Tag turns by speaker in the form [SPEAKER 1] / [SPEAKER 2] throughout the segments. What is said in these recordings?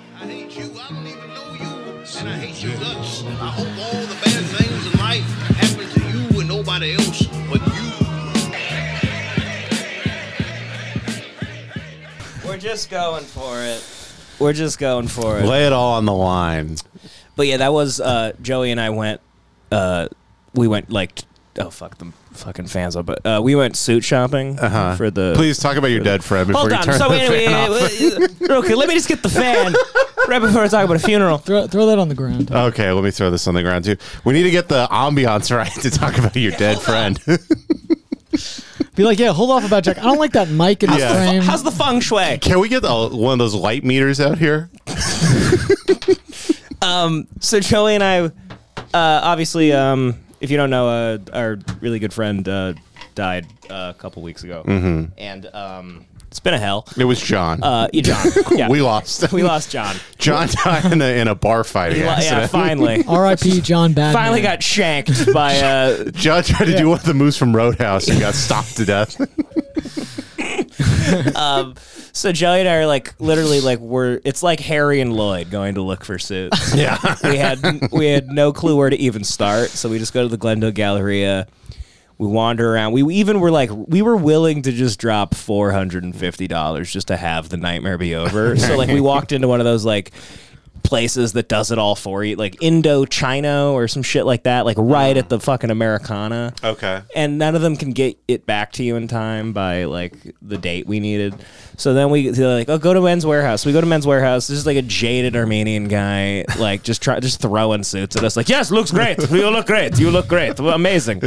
[SPEAKER 1] you. I don't even know you. And I hate your guts. I hope all the bad things in life happen to you and nobody else but you.
[SPEAKER 2] We're just going for it. We're just going for it.
[SPEAKER 3] Lay it all on the line.
[SPEAKER 2] But yeah, that was uh, Joey and I went. Uh, we went like t- oh fuck the fucking fans up, but uh, we went suit shopping
[SPEAKER 3] Uh-huh.
[SPEAKER 2] for the.
[SPEAKER 3] Please talk about your dead friend before
[SPEAKER 2] Hold
[SPEAKER 3] you
[SPEAKER 2] on.
[SPEAKER 3] turn
[SPEAKER 2] So
[SPEAKER 3] the
[SPEAKER 2] anyway,
[SPEAKER 3] fan off.
[SPEAKER 2] uh, okay, let me just get the fan right before I talk about a funeral.
[SPEAKER 4] Throw, throw that on the ground.
[SPEAKER 3] Okay, let me throw this on the ground too. We need to get the ambiance right to talk about your dead friend.
[SPEAKER 4] Be like, yeah, hold off about Jack. I don't like that mic in the
[SPEAKER 3] Yeah.
[SPEAKER 4] frame.
[SPEAKER 2] How's the feng shui?
[SPEAKER 3] Can we get the, one of those light meters out here?
[SPEAKER 2] So Joey and I, uh, obviously, um, if you don't know, uh, our really good friend uh, died uh, a couple weeks ago,
[SPEAKER 3] Mm-hmm.
[SPEAKER 2] and um, it's been a hell.
[SPEAKER 3] It was John.
[SPEAKER 2] Uh, yeah, John, yeah.
[SPEAKER 3] we lost.
[SPEAKER 2] we lost John.
[SPEAKER 3] John died in a, in a bar fight
[SPEAKER 2] He lo-
[SPEAKER 3] accident.
[SPEAKER 2] yeah, finally.
[SPEAKER 4] Oh, R.I.P. John Badman.
[SPEAKER 2] Finally got shanked by uh,
[SPEAKER 3] John tried to do one of the moves from Roadhouse and got stomped to death.
[SPEAKER 2] so Joey and I are like literally like we're it's like Harry and Lloyd going to look for suits.
[SPEAKER 3] yeah.
[SPEAKER 2] we had we had no clue where to even start, so we just go to the Glendale Galleria. We wander around. We even were like, we were willing to just drop four hundred and fifty dollars just to have the nightmare be over. so like, we walked into one of those like places that does it all for you, like Indo Chino or some shit like that, like right at the fucking Americana.
[SPEAKER 3] Okay.
[SPEAKER 2] and none of them can get it back to you in time by like the date we needed. So then we they're like, oh, go to Men's Warehouse. We go to Men's Warehouse. This is like a jaded Armenian guy, like just try just throwing suits at us. Like, yes, looks great. You look great. You look great. Well, amazing.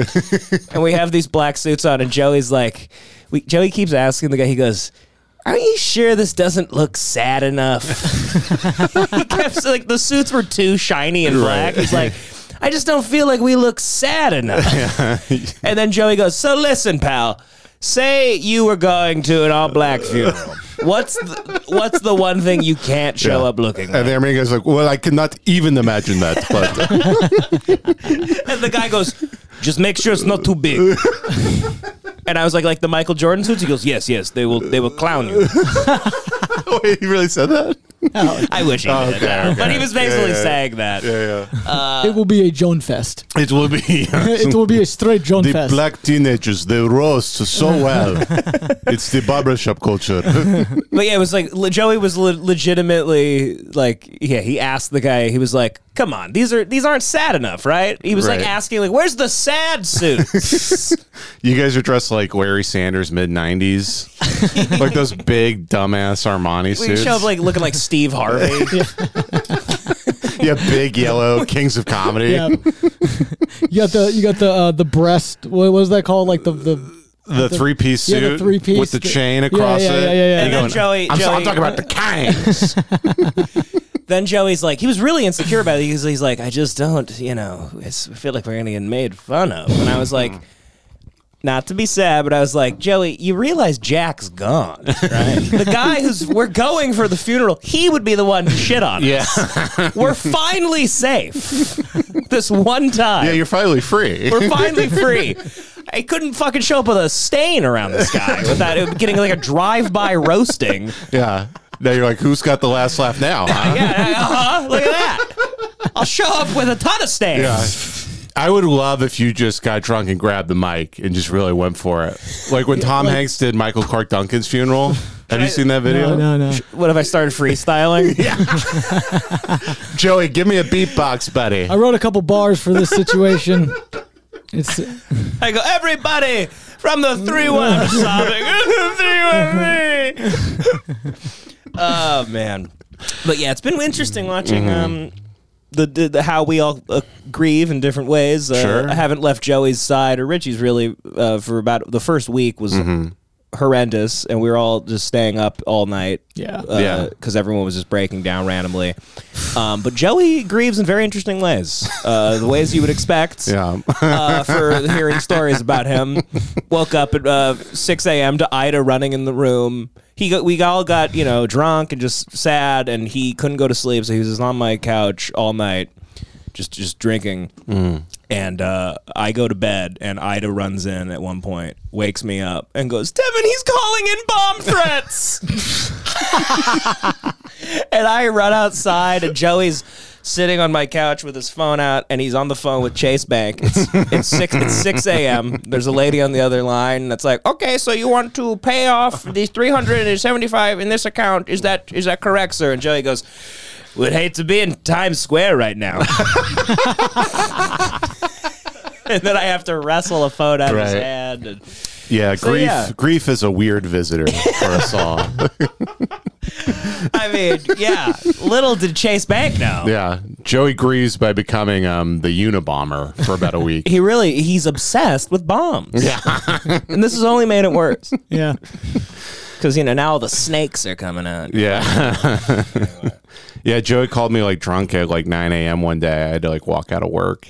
[SPEAKER 2] and we have these black suits on, and Joey's like, we, Joey keeps asking the guy. He goes. Are you sure this doesn't look sad enough? he kept saying, like the suits were too shiny and black. He's like, I just don't feel like we look sad enough. And then Joey goes, "So listen, pal. Say you were going to an all-black funeral. What's the, what's the one thing you can't show
[SPEAKER 3] Yeah.
[SPEAKER 2] up looking like?"
[SPEAKER 3] And the Armenian guy's like, well, I cannot even imagine that. But
[SPEAKER 2] And the guy goes, "Just make sure it's not too big." and I was like, "Like the Michael Jordan suits?" He goes, "Yes, yes. They will they will clown you."
[SPEAKER 3] wait, he really said that?
[SPEAKER 2] I wish he
[SPEAKER 3] Oh,
[SPEAKER 2] did,
[SPEAKER 3] okay,
[SPEAKER 2] uh, but
[SPEAKER 3] okay.
[SPEAKER 2] he was basically
[SPEAKER 3] Yeah, yeah.
[SPEAKER 2] saying that.
[SPEAKER 3] Yeah, yeah.
[SPEAKER 4] it will be a Joan Fest.
[SPEAKER 3] it will be.
[SPEAKER 4] it will be a straight Joan
[SPEAKER 3] the
[SPEAKER 4] Fest.
[SPEAKER 3] black teenagers, they roast so well. it's the barbershop culture.
[SPEAKER 2] But yeah, it was like le- Joey was le- legitimately like, yeah, he asked the guy, he was like, "Come on, these are these aren't sad enough, right?" He was like
[SPEAKER 3] Right.
[SPEAKER 2] asking, like, "Where's the sad suits?"
[SPEAKER 3] You guys are dressed like Larry Sanders mid nineties. like those big dumbass Armani
[SPEAKER 2] we
[SPEAKER 3] suits.
[SPEAKER 2] show up like looking like Steve Harvey.
[SPEAKER 3] yeah, big yellow Kings of Comedy.
[SPEAKER 4] Yeah. you got the you got the uh, the breast. What was that called? Like the the
[SPEAKER 3] The three piece
[SPEAKER 4] yeah,
[SPEAKER 3] suit
[SPEAKER 4] the three-piece,
[SPEAKER 3] with the
[SPEAKER 4] the-
[SPEAKER 3] chain
[SPEAKER 4] yeah,
[SPEAKER 3] across
[SPEAKER 4] yeah,
[SPEAKER 3] it.
[SPEAKER 4] yeah, yeah, yeah.
[SPEAKER 2] And
[SPEAKER 3] You're
[SPEAKER 2] then Joey-
[SPEAKER 3] I'm, so- I'm
[SPEAKER 2] Joey-
[SPEAKER 3] talking about the Kings.
[SPEAKER 2] then Joey's like, he was really insecure about it because he's like, I just don't, you know, it's, I feel like we're gonna get made fun of. And I was like, not to be sad, but I was like, Joey, you realize Jack's gone, right? the guy who's we're going for the funeral, he would be the one to shit on.
[SPEAKER 3] yeah.
[SPEAKER 2] us. We're finally safe this one time.
[SPEAKER 3] yeah, you're finally free.
[SPEAKER 2] We're finally free. I couldn't fucking show up with a stain around this guy without it getting like a drive-by roasting.
[SPEAKER 3] yeah. Now you're like, who's got the last laugh now? Huh?
[SPEAKER 2] Yeah, uh-huh, look at that. I'll show up with a ton of stains.
[SPEAKER 3] Yeah. I would love if you just got drunk and grabbed the mic and just really went for it. Like when Tom Hanks did Michael Clark Duncan's funeral. Have you seen that video?
[SPEAKER 4] no no no.
[SPEAKER 2] What if I started freestyling?
[SPEAKER 3] Joey, give me a beatbox, buddy.
[SPEAKER 4] I wrote a couple bars for this situation. It's
[SPEAKER 2] I go, everybody from the three one sobbing. three one three. Oh man, but yeah, it's been interesting watching.
[SPEAKER 3] Mm-hmm.
[SPEAKER 2] Um, the, the, the how we all uh, grieve in different ways. Uh,
[SPEAKER 3] Sure.
[SPEAKER 2] I haven't left Joey's side or Richie's really uh, for about the first week was
[SPEAKER 3] Mm-hmm.
[SPEAKER 2] horrendous, and we were all just staying up all night.
[SPEAKER 4] Yeah.
[SPEAKER 3] Yeah.
[SPEAKER 2] because everyone was just breaking down randomly. Um, but Joey grieves in very interesting ways, uh, the ways you would expect.
[SPEAKER 3] Yeah.
[SPEAKER 2] uh, for hearing stories about him. Woke up at uh, 6 a.m. to Ida running in the room. He got, we all got you know drunk and just sad, and he couldn't go to sleep, so he was just on my couch all night, just just drinking. And uh, I go to bed, and Ida runs in at one point, wakes me up, and goes, "Devin, he's calling in bomb threats." and I run outside, and Joey's sitting on my couch with his phone out, and he's on the phone with Chase Bank. It's, it's six. It's six a.m. There's a lady on the other line that's like, "Okay, so you want to pay off the three hundred and seventy-five in this account? Is that is that correct, sir?" And Joey goes. Would hate to be in Times Square right now. and then I have to wrestle a phone out of his
[SPEAKER 3] Right.
[SPEAKER 2] hand. And
[SPEAKER 3] Yeah, grief.
[SPEAKER 2] yeah.
[SPEAKER 3] Grief is a weird visitor for us all.
[SPEAKER 2] I mean, yeah. Little did Chase Bank know.
[SPEAKER 3] yeah, Joey grieves by becoming um, the Unabomber for about a week.
[SPEAKER 2] He really he's obsessed with bombs. Yeah. and this has only made it worse
[SPEAKER 4] Yeah.
[SPEAKER 2] cuz you know now all the snakes are coming out.
[SPEAKER 3] Yeah. yeah, Joey called me like drunk at like 9 a.m. one day. I had to like walk out of work.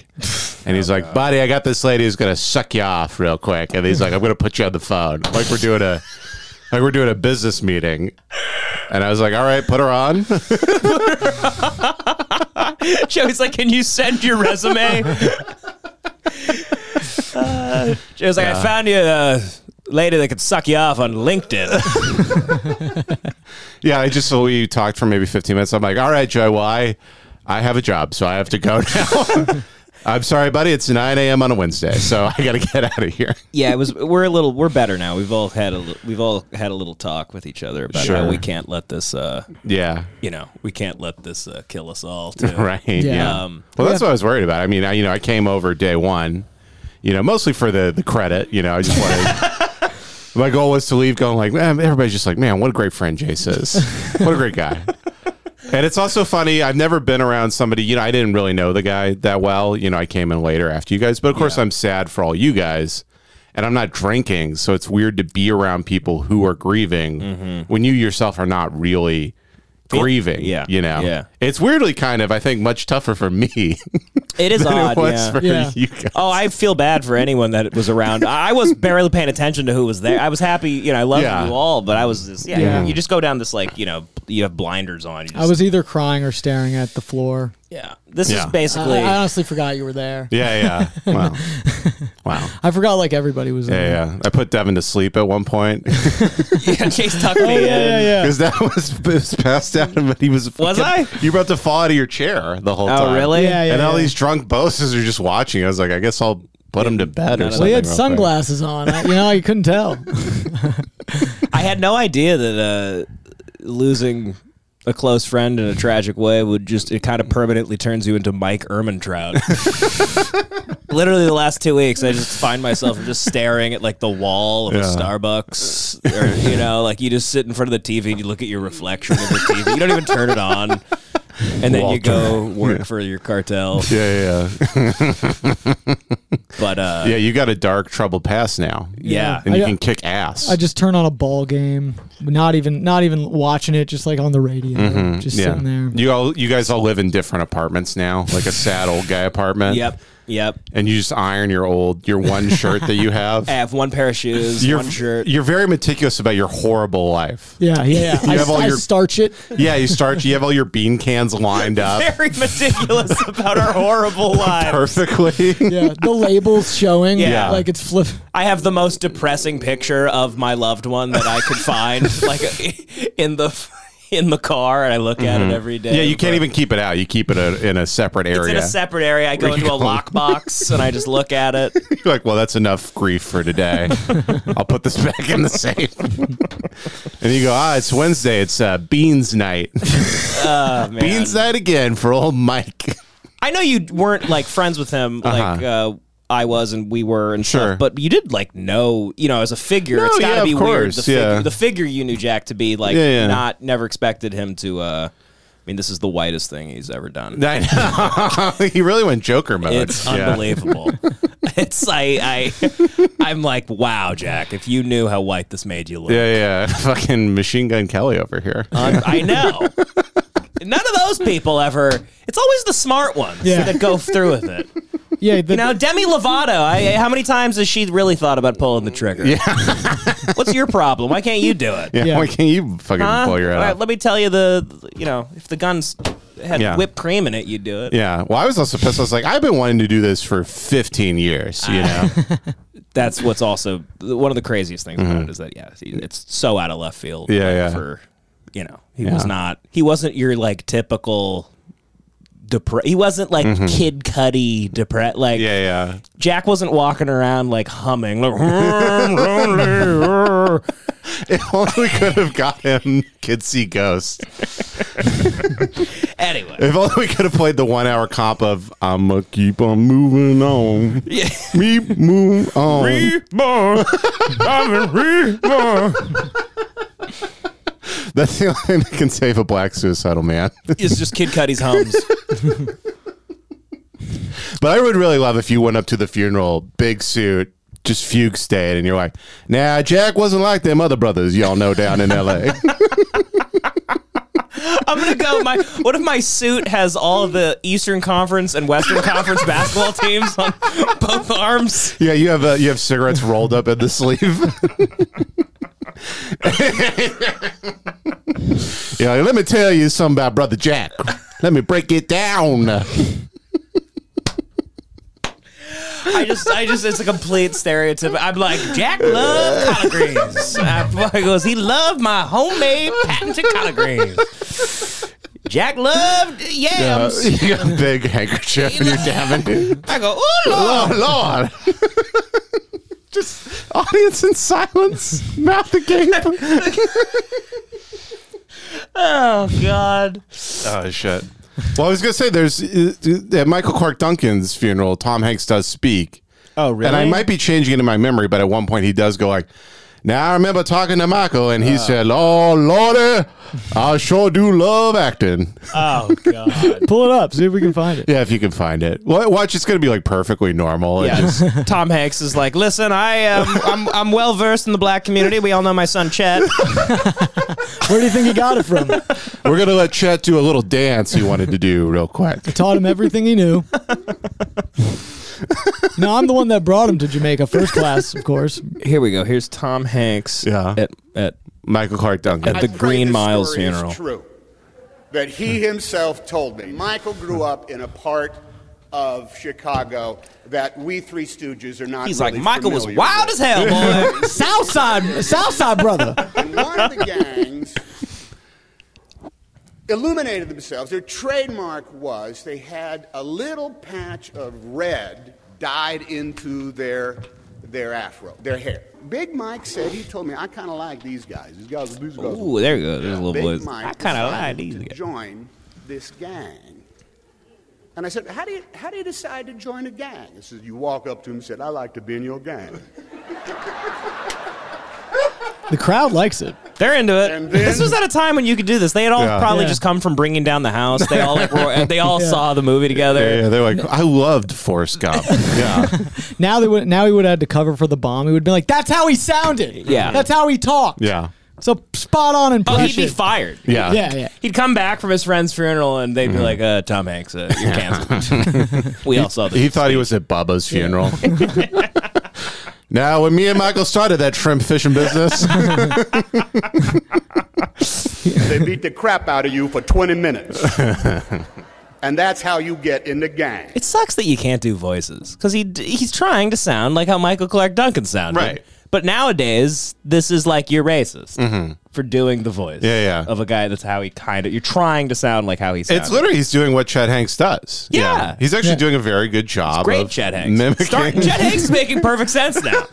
[SPEAKER 3] And he's like, buddy, I got this lady who's going to suck you off real quick. And he's like, I'm going to put you on the phone. Like we're doing a. Like we're doing a business meeting, and I was like, "All right, put her on."
[SPEAKER 2] Joey's like, "Can you send your resume?" Uh, Joey's like, "I found you a lady that could suck you off on LinkedIn."
[SPEAKER 3] yeah, I just so we talked for maybe fifteen minutes. I'm like, "All right, Joey, well, I, I have a job, so I have to go now." I'm sorry, buddy. It's 9 a.m. on a Wednesday, so I got to get out of here.
[SPEAKER 2] yeah, it was we're a little we're better now. We've all had a li- we've all had a little talk with each other about how
[SPEAKER 3] Sure.
[SPEAKER 2] we can't let this uh
[SPEAKER 3] Yeah,
[SPEAKER 2] you know, we can't let this uh, kill us all too.
[SPEAKER 3] right? Yeah.
[SPEAKER 2] Um,
[SPEAKER 3] well, that's what I was worried about. I mean, I, you know, I came over day one, you know, mostly for the the credit. You know, I just wanted. my goal was to leave going like, man, everybody's just like, man, what a great friend Jace is. what a great guy. And it's also funny. I've never been around somebody. You know, I didn't really know the guy that well. You know, I came in later after you guys, but of course, I'm sad for all you guys. And I'm not drinking, so it's weird to be around people who are grieving when you yourself are not really grieving.
[SPEAKER 2] Mm-hmm. yeah,
[SPEAKER 3] you know,
[SPEAKER 2] yeah.
[SPEAKER 3] it's weirdly kind of I think much tougher for me
[SPEAKER 2] It is
[SPEAKER 3] than
[SPEAKER 2] odd.
[SPEAKER 3] it was
[SPEAKER 2] yeah.
[SPEAKER 3] for
[SPEAKER 4] Yeah.
[SPEAKER 3] you guys.
[SPEAKER 2] Oh, I feel bad for anyone that was around. I I was barely paying attention to who was there. I was happy, you know, I loved
[SPEAKER 3] Yeah.
[SPEAKER 2] you all, but I was just, yeah,
[SPEAKER 4] Yeah.
[SPEAKER 2] You just go down this, like, you know, you have blinders on. You just,
[SPEAKER 4] I was either crying or staring at the floor.
[SPEAKER 2] yeah. This
[SPEAKER 3] Yeah.
[SPEAKER 2] is
[SPEAKER 4] I,
[SPEAKER 2] basically,
[SPEAKER 4] I honestly forgot you were there.
[SPEAKER 3] Yeah, yeah. Wow, wow.
[SPEAKER 4] I forgot like everybody was there.
[SPEAKER 3] Yeah, yeah. I put Devin to sleep at one point
[SPEAKER 2] yeah, Chase tucked me in.
[SPEAKER 4] Oh, yeah, yeah.
[SPEAKER 3] because that was, it was passed out, but he was
[SPEAKER 2] Was I?
[SPEAKER 3] You were about to fall out of your chair the whole time.
[SPEAKER 2] Oh, really?
[SPEAKER 4] Yeah, yeah.
[SPEAKER 3] and all these drunk bosses are just watching. I was like, I guess I'll put him to bed
[SPEAKER 2] Well, he
[SPEAKER 3] or
[SPEAKER 4] Well,
[SPEAKER 3] something.
[SPEAKER 4] he had
[SPEAKER 3] real quick.
[SPEAKER 4] sunglasses on. I, you know, you couldn't tell.
[SPEAKER 2] I had no idea that uh, losing a close friend in a tragic way would just, it kind of permanently turns you into Mike Ermintrout. Literally the last two weeks, I just find myself just staring at like the wall of a
[SPEAKER 3] Yeah.
[SPEAKER 2] Starbucks, or you know, like you just sit in front of the TV and you look at your reflection of the TV. You don't even turn it on, and then you go work for your cartel.
[SPEAKER 3] Yeah, yeah, yeah.
[SPEAKER 2] But uh,
[SPEAKER 3] yeah. You got a dark, troubled past now,
[SPEAKER 2] yeah,
[SPEAKER 3] and you
[SPEAKER 4] I-
[SPEAKER 3] can kick ass.
[SPEAKER 4] I just turn on a ball game, not even not even watching it, just like on the radio, just
[SPEAKER 3] Mm-hmm. yeah.
[SPEAKER 4] sitting there.
[SPEAKER 3] You all, you guys all live in different apartments now, like a sad old guy apartment.
[SPEAKER 2] yep, yep.
[SPEAKER 3] and you just iron your old your one shirt that you have.
[SPEAKER 2] I have one pair of shoes,
[SPEAKER 3] you're
[SPEAKER 2] one shirt.
[SPEAKER 3] you're very meticulous about your horrible life.
[SPEAKER 4] Yeah, yeah. yeah. I,
[SPEAKER 3] have all
[SPEAKER 4] I
[SPEAKER 3] your-
[SPEAKER 4] starch it.
[SPEAKER 3] Yeah, you start. You have all your bean cans lined up
[SPEAKER 2] Very meticulous about our horrible lives.
[SPEAKER 3] perfectly.
[SPEAKER 4] Yeah, the labels showing.
[SPEAKER 2] Yeah.
[SPEAKER 4] like it's flip.
[SPEAKER 2] I have the most depressing picture of my loved one that I could find, like in the in the car, and I look at it every day.
[SPEAKER 3] Mm-hmm. Yeah, you can't even keep it out. You keep it a, in a separate
[SPEAKER 2] It's
[SPEAKER 3] area.
[SPEAKER 2] in a separate area. I go into a lockbox and I just look at it.
[SPEAKER 3] You're like, well, that's enough grief for today. I'll put this back in the safe. and you go, ah, it's Wednesday. It's uh, beans night.
[SPEAKER 2] Oh, man.
[SPEAKER 3] beans night again for old Mike.
[SPEAKER 2] I know you weren't like friends with him, like. Uh, I was and we were and
[SPEAKER 3] Uh-huh. Sure.
[SPEAKER 2] stuff, but you did like know, you know, as a figure,
[SPEAKER 3] No,
[SPEAKER 2] it's gotta
[SPEAKER 3] yeah, of
[SPEAKER 2] be weird. The,
[SPEAKER 3] course, yeah.
[SPEAKER 2] the figure you knew Jack to be, like,
[SPEAKER 3] Yeah, yeah.
[SPEAKER 2] not never expected him to. uh I mean, this is the whitest thing he's ever done.
[SPEAKER 3] I know. he really went Joker mode.
[SPEAKER 2] It's
[SPEAKER 3] Oh, Yeah.
[SPEAKER 2] unbelievable. it's I I I'm like, wow, Jack, if you knew how white this made you look.
[SPEAKER 3] Yeah, yeah. Fucking Machine Gun Kelly over here.
[SPEAKER 2] Un- I know. None of those people ever. It's always the smart ones
[SPEAKER 4] Yeah.
[SPEAKER 2] that go through with it.
[SPEAKER 4] Yeah, the,
[SPEAKER 2] You know, Demi Lovato. I, how many times has she really thought about pulling the trigger? Yeah. What's your problem? Why can't you do it?
[SPEAKER 3] Yeah,
[SPEAKER 4] Yeah.
[SPEAKER 3] why can't you fucking
[SPEAKER 2] Huh?
[SPEAKER 3] blow your head
[SPEAKER 2] All right,
[SPEAKER 3] off?
[SPEAKER 2] let me tell you the. You know, if the guns had
[SPEAKER 3] Yeah.
[SPEAKER 2] whipped cream in it, you'd do it.
[SPEAKER 3] Yeah. Well, I was also pissed. I was like, I've been wanting to do this for 15 years. You
[SPEAKER 2] Ah.
[SPEAKER 3] know.
[SPEAKER 2] that's what's also one of the craziest things about it is that yeah, it's so out of left field.
[SPEAKER 3] Mm-hmm. Yeah,
[SPEAKER 2] like,
[SPEAKER 3] yeah.
[SPEAKER 2] For you know, he
[SPEAKER 3] Yeah.
[SPEAKER 2] was not. He wasn't your like typical. Depre- he wasn't like Kid Cudi depressed. Like
[SPEAKER 3] Mm-hmm. Yeah, yeah.
[SPEAKER 2] Jack wasn't walking around like humming. Like,
[SPEAKER 3] If only we could have gotten Kids See Ghosts.
[SPEAKER 2] anyway,
[SPEAKER 3] If only we could have played the one hour comp of I'ma keep on moving on.
[SPEAKER 2] yeah.
[SPEAKER 3] Me move on. That's the only thing that can save a black suicidal man.
[SPEAKER 2] it's just Kid Cudi's hums.
[SPEAKER 3] but I would really love if you went up to the funeral, big suit, just fugue state, and you're like, nah, Jack wasn't like them other brothers y'all know down in LA.
[SPEAKER 2] I'm gonna go. My what if my suit has all the Eastern Conference and Western Conference basketball teams on both arms?
[SPEAKER 3] yeah, you have uh, you have cigarettes rolled up in the sleeve. yeah, let me tell you something about Brother Jack. Let me break it down. Uh,
[SPEAKER 2] I just, I just, it's a complete stereotype. I'm like Jack loved collard greens. I goes, he loved my homemade patented collard greens. Jack loved
[SPEAKER 3] Uh,
[SPEAKER 2] yams.
[SPEAKER 3] you got a big handkerchief in your davenport.
[SPEAKER 2] I go, oh lord.
[SPEAKER 3] Oh Lord! Just audience in silence, mouth agape.
[SPEAKER 2] Oh god.
[SPEAKER 3] Oh shit! Well, I was gonna say there's uh, at Michael Clark Duncan's funeral. Tom Hanks does speak,
[SPEAKER 2] Oh really?
[SPEAKER 3] and I might be changing it in my memory, but at one point he does go like. Now I remember talking to Michael, and he said, "Oh Lordy, I sure do love acting."
[SPEAKER 2] Oh god.
[SPEAKER 4] Pull it up. See if we can find it.
[SPEAKER 3] Yeah, if you can find it, Wa- watch. It's gonna be like perfectly normal. Yeah.
[SPEAKER 2] Yeah, Tom Hanks is like, listen, I am, I'm, I'm well versed in the black community. We all know my son Chet.
[SPEAKER 4] Where do you think he got it from?
[SPEAKER 3] we're gonna let Chet do a little dance he wanted to do real quick.
[SPEAKER 4] Taught him everything he knew. no, I'm the one that brought him to Jamaica first class, of course.
[SPEAKER 2] Here we go. Here's Tom Hanks.
[SPEAKER 3] Yeah.
[SPEAKER 2] At, at
[SPEAKER 3] Michael Clark Duncan.
[SPEAKER 2] At the
[SPEAKER 5] I'm
[SPEAKER 2] Green
[SPEAKER 5] afraid this
[SPEAKER 2] Miles
[SPEAKER 5] story is
[SPEAKER 2] funeral.
[SPEAKER 5] true that he himself told me. Michael grew up in a part of Chicago that we Three Stooges are not.
[SPEAKER 2] he's
[SPEAKER 5] really
[SPEAKER 2] like, Michael was
[SPEAKER 5] familiar
[SPEAKER 2] wild as
[SPEAKER 5] with.
[SPEAKER 2] hell, boy.
[SPEAKER 4] Southside, Southside brother.
[SPEAKER 5] And one of the gangs illuminated themselves. Their trademark was they had a little patch of red dyed into their their afro, their hair. Big Mike said he told me I kind of like these guys. These guys, these guys.
[SPEAKER 2] Ooh, there you go. There's a little
[SPEAKER 5] Big
[SPEAKER 2] boys.
[SPEAKER 5] Mike
[SPEAKER 2] I kind of like
[SPEAKER 5] decided
[SPEAKER 2] these.
[SPEAKER 5] to
[SPEAKER 2] guys.
[SPEAKER 5] Join this gang. And I said, how do, you, how do you decide to join a gang? He says, you walk up to him and said, I like to be in your gang.
[SPEAKER 4] The crowd likes it.
[SPEAKER 2] They're into it.
[SPEAKER 5] And then-
[SPEAKER 2] this was at a time when you could do this. They had all
[SPEAKER 3] Yeah.
[SPEAKER 2] probably
[SPEAKER 4] Yeah.
[SPEAKER 2] just come from bringing down the house. They all like, were, they all saw the movie together.
[SPEAKER 3] Yeah, they're like, I loved Forrest Gump. yeah.
[SPEAKER 4] Now they would. Now he would have had to cover for the bomb. He would be like, "That's how he sounded.
[SPEAKER 2] Yeah.
[SPEAKER 4] that's how he talked.
[SPEAKER 3] Yeah.
[SPEAKER 4] so spot on
[SPEAKER 2] Oh, he'd
[SPEAKER 4] impression.
[SPEAKER 2] be fired.
[SPEAKER 3] Yeah. Mm-hmm.
[SPEAKER 4] yeah, yeah.
[SPEAKER 2] He'd come back from his friend's funeral and they'd be like, uh, Tom Hanks, uh, you're canceled. we all saw this.
[SPEAKER 3] He thought he was at Bubba's funeral. now, when me and Michael started that shrimp fishing business,
[SPEAKER 5] They beat the crap out of you for 20 minutes. and that's how you get in the gang.
[SPEAKER 2] It sucks that you can't do voices because he d- he's trying to sound like how Michael Clark Duncan sounded.
[SPEAKER 3] Right.
[SPEAKER 2] But nowadays, this is like you're racist for doing the voice.
[SPEAKER 3] Mm-hmm. Yeah, yeah.
[SPEAKER 2] Of a guy that's how he kind of you're trying to sound like how he sounds.
[SPEAKER 3] it's literally he's doing what Chet Hanks does.
[SPEAKER 2] Yeah.
[SPEAKER 3] He's actually doing a very good job.
[SPEAKER 2] great.
[SPEAKER 3] of
[SPEAKER 2] Chet Hanks.
[SPEAKER 3] Mimicking.
[SPEAKER 2] Start, Chet Hanks is making perfect sense now.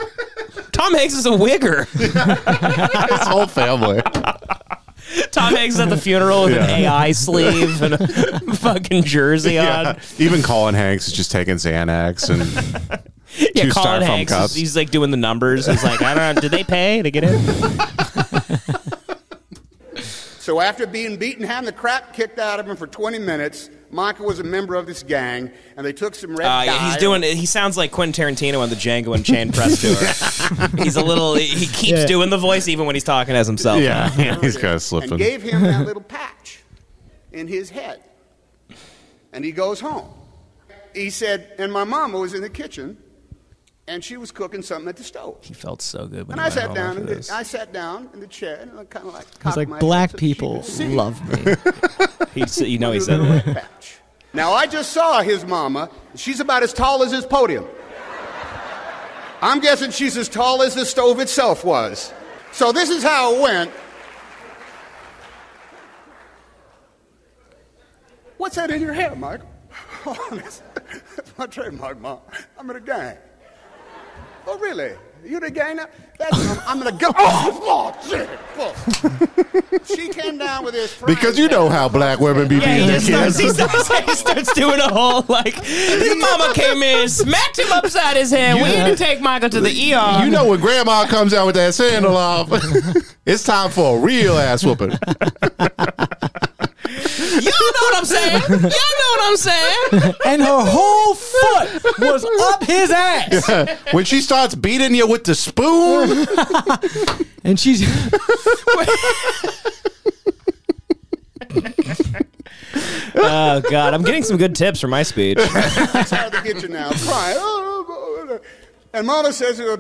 [SPEAKER 2] Tom Hanks is a wigger.
[SPEAKER 3] his whole family.
[SPEAKER 2] Oh Tom Hanks is at the funeral with an AI sleeve and a fucking jersey
[SPEAKER 3] Yeah.
[SPEAKER 2] on.
[SPEAKER 3] Even Colin Hanks is just taking Xanax and
[SPEAKER 2] Yeah,
[SPEAKER 3] Two
[SPEAKER 2] Colin
[SPEAKER 3] styrofoam
[SPEAKER 2] Hanks.
[SPEAKER 3] cups.
[SPEAKER 2] Is, he's like doing the numbers. He's like, I don't know. Did they pay to get in? Uh,
[SPEAKER 5] So after being beaten, having the crap kicked out of him for 20 minutes, Michael was a member of this gang, and they took some red
[SPEAKER 2] Uh, yeah, he's
[SPEAKER 5] dye-
[SPEAKER 2] doing. He sounds like Quentin Tarantino on the Django and Chain press tour. he's a little. He keeps
[SPEAKER 4] Yeah.
[SPEAKER 2] doing the voice even when he's talking as himself.
[SPEAKER 3] yeah, yeah, he's kind of
[SPEAKER 5] and
[SPEAKER 3] slipping.
[SPEAKER 5] gave him that little patch in his head. And he goes home. He said, and my mama was in the kitchen, and she was cooking something at the stove.
[SPEAKER 2] he felt so good. When
[SPEAKER 5] And
[SPEAKER 2] he
[SPEAKER 5] I
[SPEAKER 2] went
[SPEAKER 5] sat
[SPEAKER 2] home
[SPEAKER 5] down.
[SPEAKER 2] after
[SPEAKER 5] In the,
[SPEAKER 2] this.
[SPEAKER 5] I sat down in the chair, and I kind of like.
[SPEAKER 4] He's
[SPEAKER 5] cocked my
[SPEAKER 4] like,
[SPEAKER 5] head
[SPEAKER 4] black
[SPEAKER 5] so she
[SPEAKER 4] people
[SPEAKER 5] could see
[SPEAKER 4] love me.
[SPEAKER 2] He s- you know, he
[SPEAKER 5] with
[SPEAKER 2] said
[SPEAKER 5] her
[SPEAKER 2] that.
[SPEAKER 5] red patch. Now I just saw his mama. She's about as tall as this podium. I'm guessing she's as tall as the stove itself was. So this is how it went. What's that in your hair, Mike? Oh, that's, that's my trademark, Mom. I'm in a gang. Oh, really? You the gang now? That's, I'm, I'm in a gang. Oh, Lord, shit. Fuck. she came down with this.
[SPEAKER 3] Because you know how black women be
[SPEAKER 2] Yeah, he
[SPEAKER 3] beating their
[SPEAKER 2] just starts, he,
[SPEAKER 3] kids.
[SPEAKER 2] starts, he starts doing a whole like his mama came in, smacked him upside his head. we need to take Michael to the ER.
[SPEAKER 3] You know when grandma comes out with that sandal off, it's time for a real ass whooping.
[SPEAKER 2] y'all know what I'm saying. Y'all know what I'm saying.
[SPEAKER 6] and her whole foot was up his ass.
[SPEAKER 3] when she starts beating you with the spoon,
[SPEAKER 6] And she's
[SPEAKER 2] Oh God, I'm getting some good tips from my speech.
[SPEAKER 5] She's out of the kitchen now, crying. "Oh, oh, oh, oh." And Mona says, uh,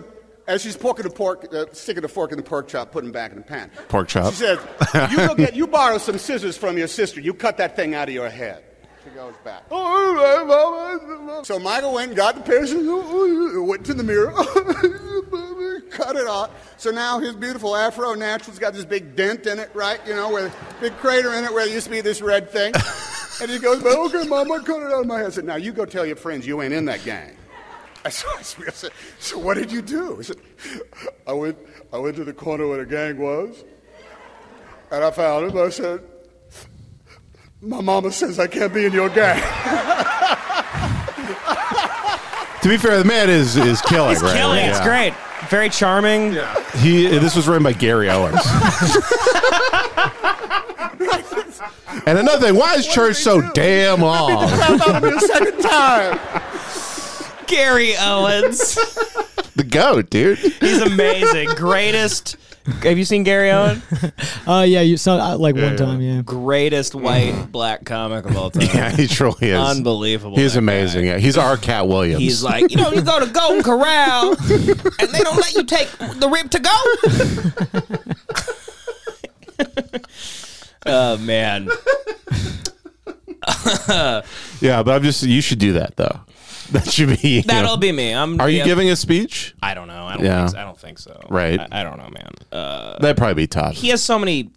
[SPEAKER 5] as she's poking the pork, uh, sticking the fork in the pork chop, putting it back in the pan.
[SPEAKER 3] Pork chop.
[SPEAKER 5] She says, "You go get, you borrow some scissors from your sister. You cut that thing out of your head." She goes back. "Oh, all right, Mama, Mama." So Michael went and got the piercing, went to the mirror, cut it off. So now his beautiful afro natural's got this big dent in it, right? You know, with big crater in it where there used to be this red thing. And he goes, "But okay, Mama, cut it out of my head." I said, "Now you go tell your friends you ain't in that gang." I said, I said, so what did you do? He said, I went, I went to the corner where the gang was, and I found him. I said, my mama says I can't be in your gang.
[SPEAKER 3] to be fair, the man is is killing. right?
[SPEAKER 2] Killing,
[SPEAKER 3] Yeah.
[SPEAKER 2] it's great. Very charming.
[SPEAKER 3] He this was written by Gary Owens. and another thing, why is church so damn long?
[SPEAKER 5] I found him a second time.
[SPEAKER 2] Gary Owens.
[SPEAKER 3] The goat, dude.
[SPEAKER 2] He's amazing. Greatest. Have you seen Gary Owen?
[SPEAKER 6] uh yeah, you saw uh, like one time, yeah.
[SPEAKER 2] Greatest white black comic of all time.
[SPEAKER 3] Yeah, he truly is.
[SPEAKER 2] Unbelievable.
[SPEAKER 3] He's
[SPEAKER 2] that
[SPEAKER 3] amazing.
[SPEAKER 2] guy.
[SPEAKER 3] Yeah, he's our Cat Williams.
[SPEAKER 2] He's like, you know, you go to Golden Corral and they don't let you take the rib to go. oh man.
[SPEAKER 3] yeah, but I'm just. You should do that though. That should be. you
[SPEAKER 2] That'll
[SPEAKER 3] know.
[SPEAKER 2] be me. I'm
[SPEAKER 3] Are you
[SPEAKER 2] yeah,
[SPEAKER 3] giving a speech?
[SPEAKER 2] I don't know. I don't
[SPEAKER 3] Yeah.
[SPEAKER 2] think so. I don't think so.
[SPEAKER 3] Right.
[SPEAKER 2] I, I don't know, man. Uh,
[SPEAKER 3] That'd probably be tough.
[SPEAKER 2] he has so many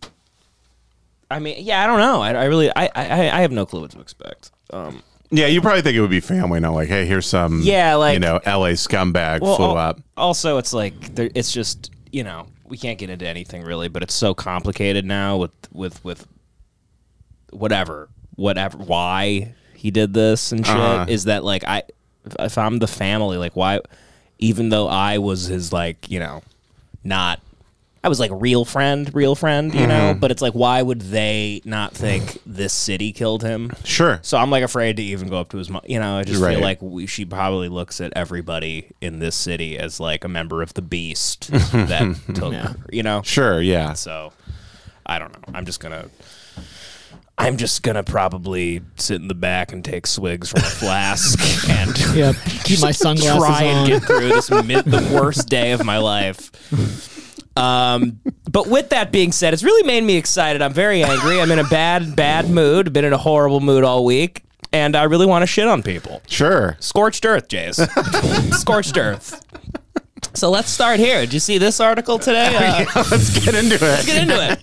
[SPEAKER 2] I mean, yeah, I don't know. I, I really I, I I have no clue what to expect. Um
[SPEAKER 3] Yeah, you probably think it would be family, not like, hey, here's some.
[SPEAKER 2] Yeah, like- oh.
[SPEAKER 3] you know, L.A. scumbag flew
[SPEAKER 2] al-
[SPEAKER 3] up.
[SPEAKER 2] Also, it's like there, it's just you know we can't get into anything really, but it's so complicated now with with with whatever whatever why he did this and shit
[SPEAKER 3] Uh-huh.
[SPEAKER 2] is that like I if- if I'm the family like why even though I was his like you know not. I was like real friend, real friend, you
[SPEAKER 3] Mm-hmm.
[SPEAKER 2] know. But it's like, why would they not think this city killed him?
[SPEAKER 3] Sure.
[SPEAKER 2] So I'm like afraid to even go up to his mom. You know, I just
[SPEAKER 3] Right.
[SPEAKER 2] feel like we, she probably looks at everybody in this city as like a member of the beast that took, her, you know.
[SPEAKER 3] Sure. Yeah.
[SPEAKER 2] So I don't know. I'm just gonna. I'm just gonna probably sit in the back and take swigs from a flask and
[SPEAKER 4] Yeah, keep my sunglasses
[SPEAKER 2] try and
[SPEAKER 4] on.
[SPEAKER 2] get through this mid- the worst day of my life. Um, but with that being said, it's really made me excited. I'm very angry. I'm in a bad, bad mood. Been in a horrible mood all week, and I really want to shit on people.
[SPEAKER 3] Sure.
[SPEAKER 2] Scorched earth, Jays. Scorched earth. So let's start here. Did you see this article today? Uh,
[SPEAKER 3] Let's get into it.
[SPEAKER 2] Get into it.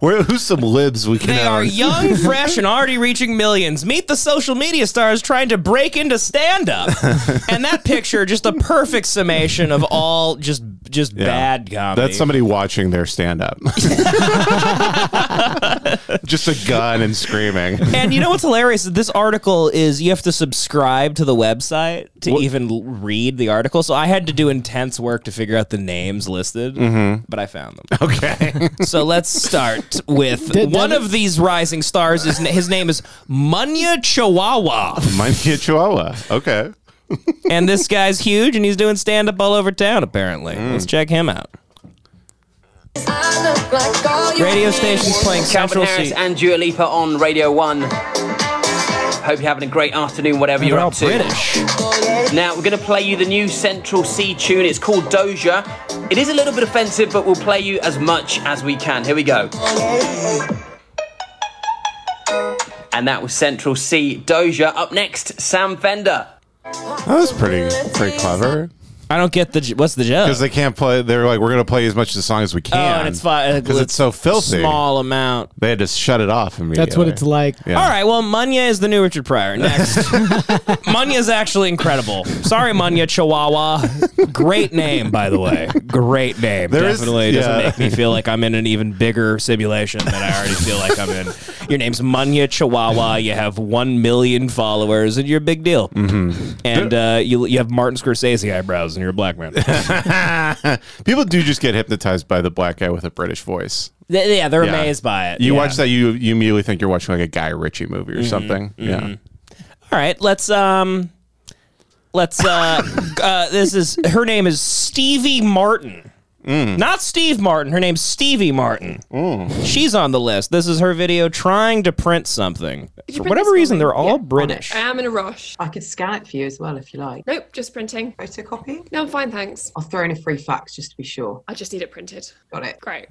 [SPEAKER 3] Where, who's some libs we can?
[SPEAKER 2] They
[SPEAKER 3] have
[SPEAKER 2] are
[SPEAKER 3] on-
[SPEAKER 2] young, fresh, and already reaching millions. Meet the social media stars trying to break into stand up. and that picture, just a perfect summation of all just just
[SPEAKER 3] Yeah.
[SPEAKER 2] bad comedy.
[SPEAKER 3] That's somebody watching their stand up. Just a gun and screaming.
[SPEAKER 2] and you know what's hilarious? This article is you have to subscribe to the website to even l- read the article. So I had to do intense work to figure out the names listed,
[SPEAKER 3] Mm-hmm.
[SPEAKER 2] but I found them.
[SPEAKER 3] Okay.
[SPEAKER 2] So let's start with one of these rising stars. Is, his name is Munya Chihuahua.
[SPEAKER 3] Might be a chihuahua. Okay.
[SPEAKER 2] and this guy's huge and he's doing stand up all over town apparently.
[SPEAKER 3] Mm.
[SPEAKER 2] Let's check him out. Radio stations playing
[SPEAKER 7] Calvin
[SPEAKER 2] Central
[SPEAKER 7] Harris
[SPEAKER 2] Seat.
[SPEAKER 7] and Dua Lipa on Radio 1. Hope you're having a great afternoon, whatever
[SPEAKER 2] They're
[SPEAKER 7] you're
[SPEAKER 2] all
[SPEAKER 7] up to.
[SPEAKER 2] British.
[SPEAKER 7] Now, we're going to play you the new Central C tune. It's called Doja. It is a little bit offensive, but we'll play you as much as we can. Here we go. And that was Central C Doja. Up next, Sam Fender.
[SPEAKER 3] That was pretty pretty clever.
[SPEAKER 2] I don't get the j- what's the joke?
[SPEAKER 3] because they can't play. They're like, we're gonna play as much of the song as we
[SPEAKER 2] oh,
[SPEAKER 3] can.
[SPEAKER 2] and it's fine
[SPEAKER 3] because it's so filthy.
[SPEAKER 2] Small amount.
[SPEAKER 3] They had to shut it off immediately.
[SPEAKER 4] That's what it's like.
[SPEAKER 3] Yeah.
[SPEAKER 2] All right, well, Munya is the new Richard Pryor. Next. Munya's actually incredible. Sorry, Munya Chihuahua. Great name, by the way. Great name.
[SPEAKER 3] There is-
[SPEAKER 2] Definitely doesn't
[SPEAKER 3] yeah.
[SPEAKER 2] make me feel like I'm in an even bigger simulation than I already feel like I'm in. Your name's Munya Chihuahua. You have 1 million followers, and you're a big deal.
[SPEAKER 3] Mm-hmm.
[SPEAKER 2] And uh, you, you have Martin Scorsese eyebrows, and you're a black man.
[SPEAKER 3] People do just get hypnotized by the black guy with a British voice.
[SPEAKER 2] They- yeah, they're
[SPEAKER 3] Yeah.
[SPEAKER 2] amazed by it.
[SPEAKER 3] You
[SPEAKER 2] yeah. Mm-hmm.
[SPEAKER 3] watch that, you you immediately think you're watching like a Guy Ritchie movie or something. Yeah.
[SPEAKER 2] All right, let's um let's uh, uh this is her name is Stevie Martin. Not Steve Martin, her name's Stevie Martin. She's on the list. This is her video trying to print something.
[SPEAKER 8] Did you
[SPEAKER 2] For
[SPEAKER 8] print
[SPEAKER 2] whatever
[SPEAKER 8] this
[SPEAKER 2] reason,
[SPEAKER 8] one?
[SPEAKER 2] they're all
[SPEAKER 8] Yeah, on it.
[SPEAKER 2] British.
[SPEAKER 8] I am in a rush.
[SPEAKER 9] I could scan it for you as well if you like.
[SPEAKER 8] Nope, just printing.
[SPEAKER 9] Photocopy?
[SPEAKER 8] No, I'm fine, thanks.
[SPEAKER 9] I'll throw in a free fax just to be sure.
[SPEAKER 8] I just need it printed.
[SPEAKER 9] Got it.
[SPEAKER 8] Great.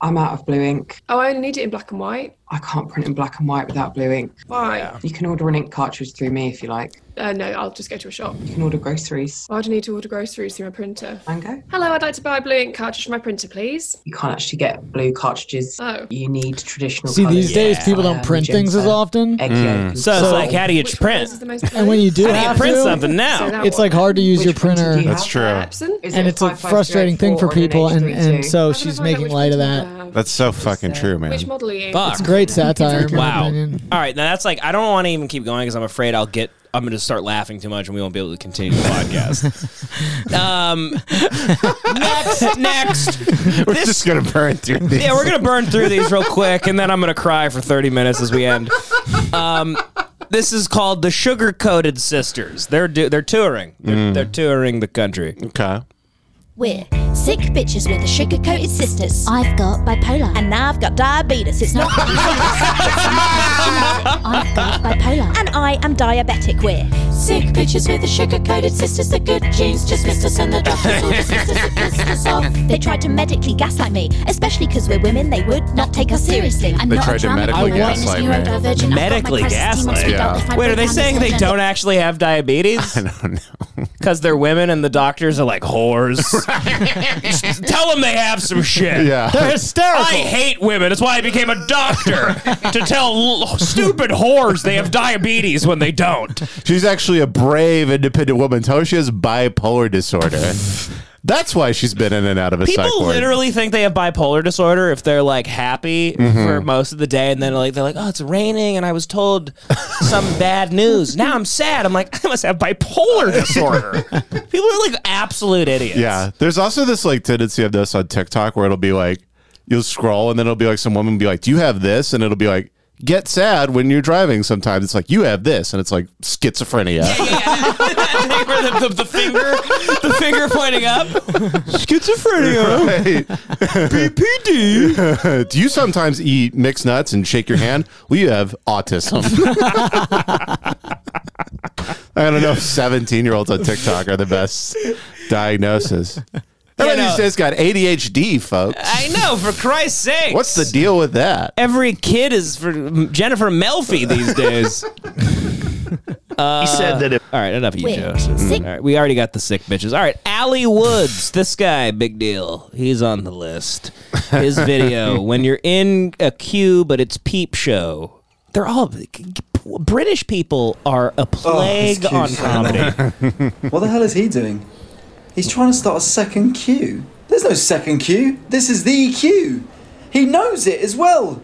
[SPEAKER 9] I'm out of blue ink.
[SPEAKER 8] Oh, I only need it in black and white.
[SPEAKER 9] I can't print in black and white without blue ink.
[SPEAKER 8] Why?
[SPEAKER 9] You can order an ink cartridge through me if you like.
[SPEAKER 8] Uh, no, I'll just go to a shop.
[SPEAKER 9] You can order groceries.
[SPEAKER 8] Why do I need to order groceries through my printer?
[SPEAKER 9] Mango?
[SPEAKER 8] Hello, I'd like to buy a blue ink cartridge for my printer, please.
[SPEAKER 9] You can't actually get blue cartridges.
[SPEAKER 8] Oh.
[SPEAKER 9] You need traditional
[SPEAKER 4] See,
[SPEAKER 10] Oh,
[SPEAKER 9] colours.
[SPEAKER 4] these days people
[SPEAKER 9] Cyan,
[SPEAKER 4] don't print things as
[SPEAKER 9] ginger,
[SPEAKER 4] often,
[SPEAKER 9] Egg
[SPEAKER 3] Hmm.
[SPEAKER 9] yolk.
[SPEAKER 2] So, it's
[SPEAKER 4] So-
[SPEAKER 2] like how do you
[SPEAKER 8] Which one
[SPEAKER 2] print?
[SPEAKER 8] is the most
[SPEAKER 4] and when you do
[SPEAKER 2] How do you
[SPEAKER 4] have
[SPEAKER 2] print
[SPEAKER 4] to,
[SPEAKER 2] something
[SPEAKER 8] So
[SPEAKER 2] now?
[SPEAKER 8] that
[SPEAKER 4] it's
[SPEAKER 8] one.
[SPEAKER 4] like hard to use
[SPEAKER 9] Which
[SPEAKER 4] your
[SPEAKER 9] printer do you
[SPEAKER 4] printer,
[SPEAKER 9] have?
[SPEAKER 3] That's true.
[SPEAKER 8] Epson? How
[SPEAKER 4] and it's a frustrating thing for people, and and so
[SPEAKER 8] can I
[SPEAKER 4] she's
[SPEAKER 8] find out
[SPEAKER 4] making
[SPEAKER 8] which
[SPEAKER 4] light of
[SPEAKER 8] printer I
[SPEAKER 4] that.
[SPEAKER 8] have?
[SPEAKER 3] That's so fucking true, man.
[SPEAKER 8] Which model are you?
[SPEAKER 2] Fuck.
[SPEAKER 4] It's great satire. in my
[SPEAKER 2] Wow.
[SPEAKER 4] opinion.
[SPEAKER 2] All right, now that's like I don't want to even keep going because I'm afraid I'll get. I'm going to start laughing too much and we won't be able to continue the podcast. um, next, next.
[SPEAKER 3] We're
[SPEAKER 2] This-
[SPEAKER 3] just gonna burn through these.
[SPEAKER 2] Yeah, we're gonna burn through these real quick, and then I'm gonna cry for 30 minutes as we end. Um, this is called the Sugar Coated Sisters. They're do- they're touring. They're, they're touring the country.
[SPEAKER 3] Okay.
[SPEAKER 11] We're sick bitches with the sugar coated sisters. I've got bipolar. And I've got diabetes. It's not. I've got bipolar. And I am diabetic. We're sick bitches with the sugar coated sisters. The good genes just missed us, and the doctors ordered sisters to piss us off. They tried to medically gaslight me, especially because we're women. They would not take us seriously. I'm
[SPEAKER 3] They
[SPEAKER 11] not
[SPEAKER 3] tried
[SPEAKER 11] a
[SPEAKER 3] to
[SPEAKER 11] drama
[SPEAKER 3] medically
[SPEAKER 11] queen, I'm a
[SPEAKER 3] gaslight me.
[SPEAKER 11] neurodivergent. I've got my
[SPEAKER 2] Medically
[SPEAKER 11] crisis demons
[SPEAKER 2] gaslight?
[SPEAKER 11] freaked out if I
[SPEAKER 3] Yeah.
[SPEAKER 2] Wait, are
[SPEAKER 11] break
[SPEAKER 2] they
[SPEAKER 11] down
[SPEAKER 2] saying
[SPEAKER 11] this
[SPEAKER 2] they
[SPEAKER 11] agenda.
[SPEAKER 2] don't actually have diabetes
[SPEAKER 3] I don't know.
[SPEAKER 2] because they're women and the doctors are like whores? Just Tell them they have some shit.
[SPEAKER 3] Yeah.
[SPEAKER 4] hysterical.
[SPEAKER 2] I hate women. That's why I became a doctor to tell l- stupid whores they have diabetes when they don't.
[SPEAKER 3] She's actually a brave, independent woman. Tell her she has bipolar disorder. That's why she's been in and out of a psych
[SPEAKER 2] People
[SPEAKER 3] ward.
[SPEAKER 2] literally think they have bipolar disorder if they're like happy
[SPEAKER 3] Mm-hmm.
[SPEAKER 2] for most of the day, and then like they're like, "Oh, it's raining," and I was told some bad news. Now I'm sad. I'm like, I must have bipolar disorder. People are like absolute idiots.
[SPEAKER 3] Yeah. There's also this like tendency of this on TikTok where it'll be like you'll scroll and then it'll be like some woman will be like, Do you have this? And it'll be like, Get sad when you're driving sometimes. It's like you have this and it's like schizophrenia.
[SPEAKER 2] Yeah, yeah. Where the, the, the finger, the finger pointing up. Schizophrenia,
[SPEAKER 3] Right.
[SPEAKER 2] BPD.
[SPEAKER 3] Do you sometimes eat mixed nuts and shake your hand? Well, you have autism. I don't know if 17 year olds on TikTok are the best diagnosis. Everybody
[SPEAKER 2] no.
[SPEAKER 3] these days got ADHD, folks.
[SPEAKER 2] I know. For Christ's sake,
[SPEAKER 3] What's the deal with that?
[SPEAKER 2] every kid is for Jennifer Melfi these days.
[SPEAKER 1] he said that if
[SPEAKER 2] All right, enough of you,
[SPEAKER 11] Wait,
[SPEAKER 2] Josh.
[SPEAKER 11] sick-
[SPEAKER 2] All right, we already got the sick bitches. All right, Allie Woods, this guy, big deal. He's on the list. His video, when you're in a queue, but it's peep show. They're all British people are
[SPEAKER 3] Oh,
[SPEAKER 2] a plague
[SPEAKER 6] queue
[SPEAKER 2] on
[SPEAKER 6] so
[SPEAKER 2] comedy.
[SPEAKER 6] What the hell is he doing? He's trying to start a second queue. There's no second queue. This is the queue. He knows it as well.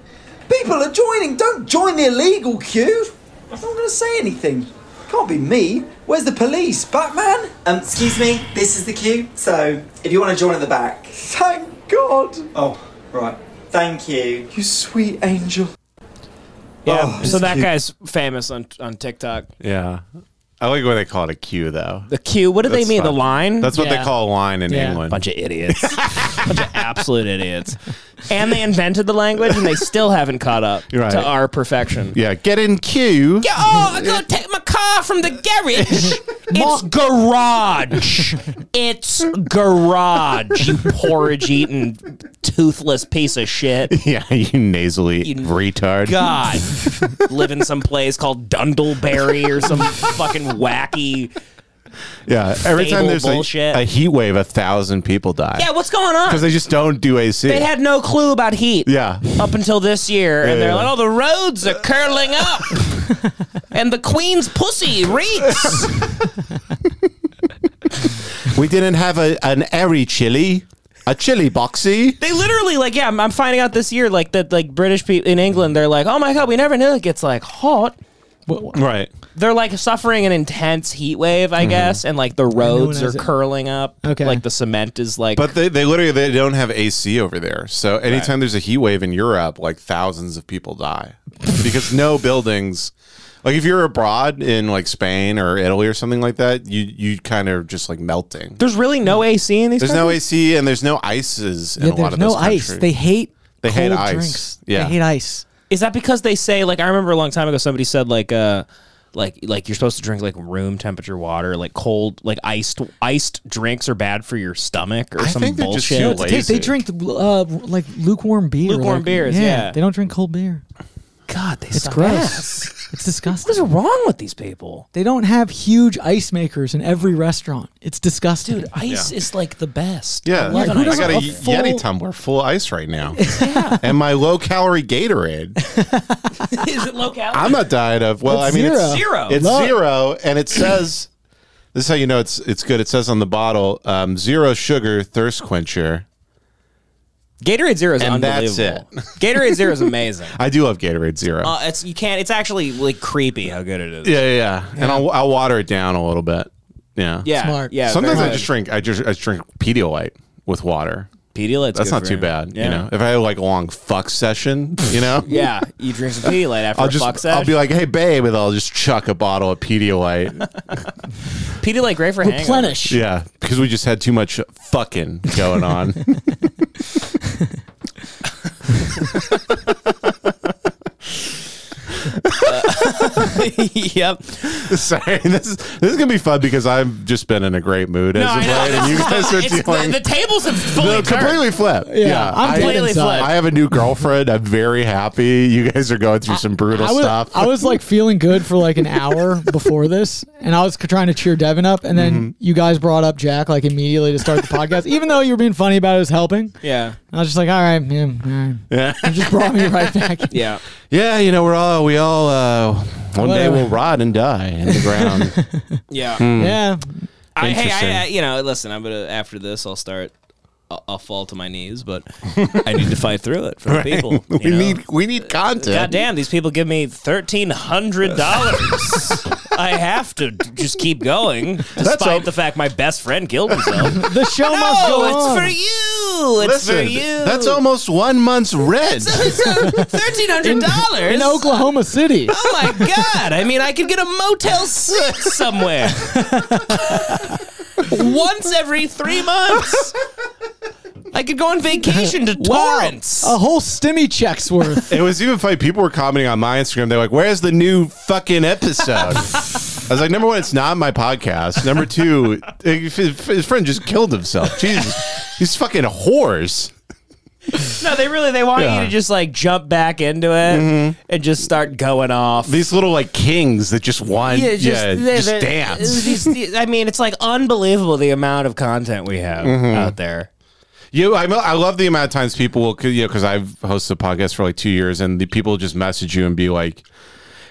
[SPEAKER 6] People are joining. Don't join the illegal queue. I'm not going to say anything. Can't be me. Where's the police? Batman? Um, excuse me. This is the queue. So, if you want to join at the back. Thank God. Oh, right. Thank you. You sweet angel.
[SPEAKER 2] yeah,
[SPEAKER 6] Oh,
[SPEAKER 2] so
[SPEAKER 6] it's
[SPEAKER 2] that
[SPEAKER 6] cute.
[SPEAKER 2] guy's famous on on TikTok.
[SPEAKER 3] Yeah. I like when they call it a queue, though.
[SPEAKER 2] The queue, what do
[SPEAKER 3] That's
[SPEAKER 2] they mean? The
[SPEAKER 3] fine.
[SPEAKER 2] line?
[SPEAKER 3] That's what
[SPEAKER 2] Yeah.
[SPEAKER 3] they call a line in
[SPEAKER 4] Yeah.
[SPEAKER 3] England.
[SPEAKER 2] Bunch of idiots. Bunch of absolute idiots. And they invented the language and they still haven't caught up
[SPEAKER 3] You're right.
[SPEAKER 2] to our perfection.
[SPEAKER 3] yeah, get in queue.
[SPEAKER 2] Yeah, oh, I gotta take my car from the garage. it's garage. It's garage, you porridge eating, toothless piece of shit.
[SPEAKER 3] Yeah, you nasally retard.
[SPEAKER 2] God. Live in some place called Dundleberry or some fucking wacky
[SPEAKER 3] Yeah, every time
[SPEAKER 2] Fable
[SPEAKER 3] there's like,
[SPEAKER 2] bullshit.
[SPEAKER 3] a heat wave, a thousand people die.
[SPEAKER 2] Yeah, what's going on?
[SPEAKER 3] Because they just don't do AC.
[SPEAKER 2] They had no clue about heat
[SPEAKER 3] yeah,
[SPEAKER 2] up until this year, and they're
[SPEAKER 3] Yeah.
[SPEAKER 2] like, "Oh, the roads are curling up, and the queen's pussy reeks."
[SPEAKER 3] we didn't have a, an airy chili, a chili boxy.
[SPEAKER 2] they literally like, yeah, I'm, I'm finding out this year like that like British people in England, they're like, "Oh my god, we never knew it gets like hot."
[SPEAKER 3] Right.
[SPEAKER 2] They're like suffering an intense heat wave, Mm-hmm. I guess, and like the roads are
[SPEAKER 4] has it.
[SPEAKER 2] curling up.
[SPEAKER 4] Okay.
[SPEAKER 2] like the cement is like.
[SPEAKER 3] But they, they literally they don't have AC over there. So anytime there's a heat wave in Europe, like thousands of people die because no buildings. Like if you're abroad in like Spain or Italy or something like that, you you kind of just like melting.
[SPEAKER 2] there's really no AC in these.
[SPEAKER 3] Mm. There's
[SPEAKER 2] countries?
[SPEAKER 3] no AC and there's no ices in
[SPEAKER 4] Yeah,
[SPEAKER 3] a lot
[SPEAKER 4] there's
[SPEAKER 3] of
[SPEAKER 4] no
[SPEAKER 3] those
[SPEAKER 4] ice.
[SPEAKER 3] countries.
[SPEAKER 4] They hate.
[SPEAKER 3] They hate
[SPEAKER 4] cold
[SPEAKER 3] ice.
[SPEAKER 4] Drinks.
[SPEAKER 3] Yeah.
[SPEAKER 4] They hate ice.
[SPEAKER 2] Is that because they say like I remember a long time ago somebody said like uh like like you're supposed to drink like room temperature water like cold like iced iced drinks are bad for your stomach or
[SPEAKER 3] I
[SPEAKER 2] some
[SPEAKER 3] think they're just
[SPEAKER 2] bullshit.
[SPEAKER 3] too
[SPEAKER 4] They, they
[SPEAKER 3] Lazy.
[SPEAKER 4] drink uh, like lukewarm beer.
[SPEAKER 2] Lukewarm
[SPEAKER 4] like-
[SPEAKER 2] beers, yeah.
[SPEAKER 4] They don't drink cold beer.
[SPEAKER 2] God, they
[SPEAKER 4] It's
[SPEAKER 2] suck
[SPEAKER 4] gross.
[SPEAKER 2] ass.
[SPEAKER 4] It's
[SPEAKER 2] What is
[SPEAKER 4] disgusting.
[SPEAKER 2] wrong with these people?
[SPEAKER 4] They don't have huge ice makers in every restaurant. It's disgusting.
[SPEAKER 2] Dude, ice is like the best.
[SPEAKER 3] Yeah,
[SPEAKER 2] love
[SPEAKER 3] I,
[SPEAKER 2] an ice
[SPEAKER 3] got a,
[SPEAKER 2] cream.
[SPEAKER 3] Yeti tumbler full of ice right now, and my low calorie Gatorade.
[SPEAKER 2] is it low calorie?
[SPEAKER 3] I'm not diet of. Well,
[SPEAKER 4] It's
[SPEAKER 3] I mean, it's
[SPEAKER 2] zero. Zero.
[SPEAKER 3] It's
[SPEAKER 4] Look.
[SPEAKER 3] zero, and it says this is how you know it's it's good. It says on the bottle, um, zero sugar, thirst quencher.
[SPEAKER 2] Gatorade Zero is
[SPEAKER 3] And
[SPEAKER 2] unbelievable.
[SPEAKER 3] that's
[SPEAKER 2] Gatorade Zero is amazing.
[SPEAKER 3] I do love Gatorade Zero.
[SPEAKER 2] Uh, it's you can't. It's actually like creepy how good it is.
[SPEAKER 3] yeah, yeah, yeah, and I'll, I'll water it down a little bit. Yeah,
[SPEAKER 2] yeah,
[SPEAKER 4] Smart.
[SPEAKER 2] yeah.
[SPEAKER 3] Sometimes
[SPEAKER 2] very
[SPEAKER 3] I just
[SPEAKER 2] good.
[SPEAKER 3] drink. I just I just drink Pedialyte with water.
[SPEAKER 2] Pedialyte's
[SPEAKER 3] That's
[SPEAKER 2] good
[SPEAKER 3] not
[SPEAKER 2] for
[SPEAKER 3] too
[SPEAKER 2] you.
[SPEAKER 3] bad.
[SPEAKER 2] Yeah.
[SPEAKER 3] You know, if I have like a long fuck session, you know.
[SPEAKER 2] yeah, you drink some Pedialyte after
[SPEAKER 3] I'll
[SPEAKER 2] a fuck
[SPEAKER 3] just
[SPEAKER 2] session.
[SPEAKER 3] I'll be like, hey babe, and I'll just chuck a bottle of Pedialyte
[SPEAKER 2] Pedialyte great for hangovers.
[SPEAKER 4] Replenish.
[SPEAKER 3] Yeah, because we just had too much fucking going on.
[SPEAKER 2] yep.
[SPEAKER 3] Sorry, this is this is gonna be fun because I've just been in a great mood as of late, and you guys are
[SPEAKER 2] It's-
[SPEAKER 3] dealing.
[SPEAKER 2] the, the tables have fully
[SPEAKER 3] no,
[SPEAKER 2] turned.
[SPEAKER 3] completely flipped. Yeah,
[SPEAKER 4] I'm
[SPEAKER 3] I-
[SPEAKER 4] dead
[SPEAKER 2] Completely
[SPEAKER 4] inside.
[SPEAKER 3] I have a new girlfriend. I'm very happy. You guys are going through some brutal
[SPEAKER 4] I was,
[SPEAKER 3] stuff.
[SPEAKER 4] I was like feeling good for like an hour before this, and I was c- trying to cheer Devin up, and then
[SPEAKER 3] Mm-hmm.
[SPEAKER 4] you guys brought up Jack like immediately to start the podcast, even though you were being funny about it was helping.
[SPEAKER 2] Yeah.
[SPEAKER 4] I was just like, all right, yeah, all right.
[SPEAKER 3] yeah.
[SPEAKER 4] You just brought me right back.
[SPEAKER 2] Yeah.
[SPEAKER 3] yeah, you know, we're all we all uh, one day
[SPEAKER 4] Whatever.
[SPEAKER 3] we'll rot and die in the ground.
[SPEAKER 2] Yeah.
[SPEAKER 4] Yeah.
[SPEAKER 2] I, hey,
[SPEAKER 3] Interesting.
[SPEAKER 2] I, I, you know, listen, I'm gonna after this, I'll start. I'll, I'll fall to my knees, but I need to fight through it for the people. you
[SPEAKER 3] we
[SPEAKER 2] know?
[SPEAKER 3] need we need content.
[SPEAKER 2] Goddamn, these people give me thirteen hundred dollars. I have to d- just keep going, despite
[SPEAKER 3] all-
[SPEAKER 2] the fact my best friend killed himself.
[SPEAKER 4] The show must go
[SPEAKER 2] no, it's
[SPEAKER 4] on.
[SPEAKER 2] for you. It's
[SPEAKER 3] Listen,
[SPEAKER 2] for you.
[SPEAKER 3] that's almost one month's rent.
[SPEAKER 2] thirteen hundred dollars
[SPEAKER 4] in Oklahoma City.
[SPEAKER 2] Oh my god! I mean, I could get a Motel Six somewhere once every three months. I could go on vacation to Torrance.
[SPEAKER 4] A whole stimmy check's worth.
[SPEAKER 3] It was even funny. People were commenting on my Instagram. They're like, "Where's the new fucking episode?" I was like, "Number one, it's not my podcast. Number two, if his his friend just killed himself. Jesus, he's fucking a horse."
[SPEAKER 2] No, they really they want
[SPEAKER 3] Yeah. Mm-hmm.
[SPEAKER 2] you to just like jump back into it and just start going off.
[SPEAKER 3] These little like kings that just won, yeah, just,
[SPEAKER 2] they- they-
[SPEAKER 3] dance.
[SPEAKER 2] these- I mean, it's like unbelievable the amount of content we have
[SPEAKER 3] Mm-hmm.
[SPEAKER 2] out there.
[SPEAKER 3] You, I, I love the amount of times people will, 'cause, you know, because I've hosted podcasts for like two years, and the people just message you and be like,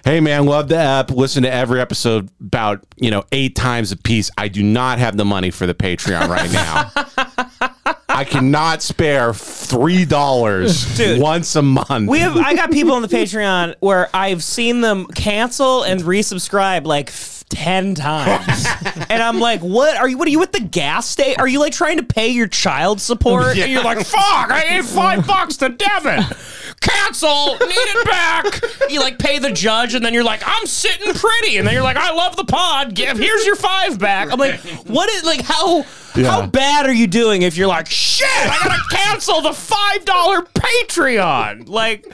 [SPEAKER 3] "Hey, man, love the app. Listen to every episode about you know eight times a piece. I do not have the money for the Patreon right now. I cannot spare three dollars
[SPEAKER 2] Dude.
[SPEAKER 3] once a month.
[SPEAKER 2] We have. I got people on the Patreon where I've seen them cancel and resubscribe like f- ten times, and I'm like, "What are you? What are you at the gas station? Are you like trying to pay your child support?" And you're like, "Fuck! I gave five bucks to Devin. Cancel. Need it back." You like pay the judge, and then you're like, "I'm sitting pretty," and then you're like, "I love the pod. Give here's your five back." I'm like, "What is like how?" How
[SPEAKER 3] Yeah.
[SPEAKER 2] bad are you doing if you're like, shit, I gotta cancel the $5 Patreon? Like,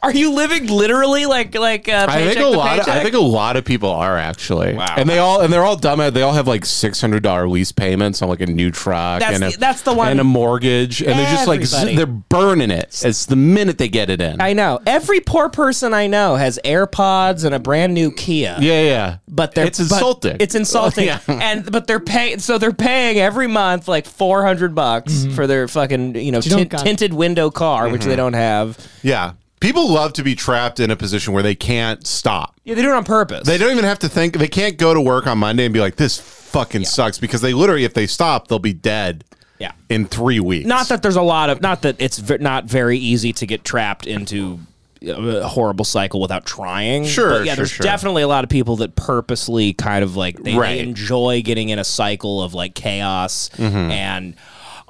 [SPEAKER 2] Are you living literally like like uh,
[SPEAKER 3] I
[SPEAKER 2] paycheck
[SPEAKER 3] think a
[SPEAKER 2] to
[SPEAKER 3] lot. Of, I
[SPEAKER 2] paycheck?
[SPEAKER 3] think a lot of people are actually,
[SPEAKER 2] Wow.
[SPEAKER 3] and they all and they're all dumb. They all have like six hundred dollar lease payments on like a new truck
[SPEAKER 2] That's
[SPEAKER 3] and a,
[SPEAKER 2] the- that's the one-
[SPEAKER 3] and a mortgage, and they're just like z-
[SPEAKER 2] Everybody.
[SPEAKER 3] they're burning it. It's the minute they get it in.
[SPEAKER 2] I know. Every poor person I know has AirPods and a brand new Kia.
[SPEAKER 3] yeah, yeah.
[SPEAKER 2] But they're
[SPEAKER 3] it's
[SPEAKER 2] but
[SPEAKER 3] insulting. Oh,
[SPEAKER 2] It's insulting.
[SPEAKER 3] Yeah.
[SPEAKER 2] And but they're paying so they're paying every month like 400 bucks
[SPEAKER 3] Mm-hmm.
[SPEAKER 2] for their fucking, you know,
[SPEAKER 4] You don't
[SPEAKER 2] tin-
[SPEAKER 4] got-
[SPEAKER 2] tinted window car which they don't have.
[SPEAKER 3] Yeah. People love to be trapped in a position where they can't stop.
[SPEAKER 2] Yeah, they do it on purpose.
[SPEAKER 3] They don't even have to think. They can't go to work on Monday and be like, "This fucking sucks," because they literally, if they stop, they'll be dead.
[SPEAKER 2] Yeah.
[SPEAKER 3] in three weeks.
[SPEAKER 2] not that there's a lot of not that it's ve- not very easy to get trapped into uh, a horrible cycle without trying.
[SPEAKER 3] Sure,
[SPEAKER 2] But yeah.
[SPEAKER 3] sure,
[SPEAKER 2] there's
[SPEAKER 3] sure.
[SPEAKER 2] definitely a lot of people that purposely kind of like they, they
[SPEAKER 3] Right. Mm-hmm.
[SPEAKER 2] enjoy getting in a cycle of like chaos and.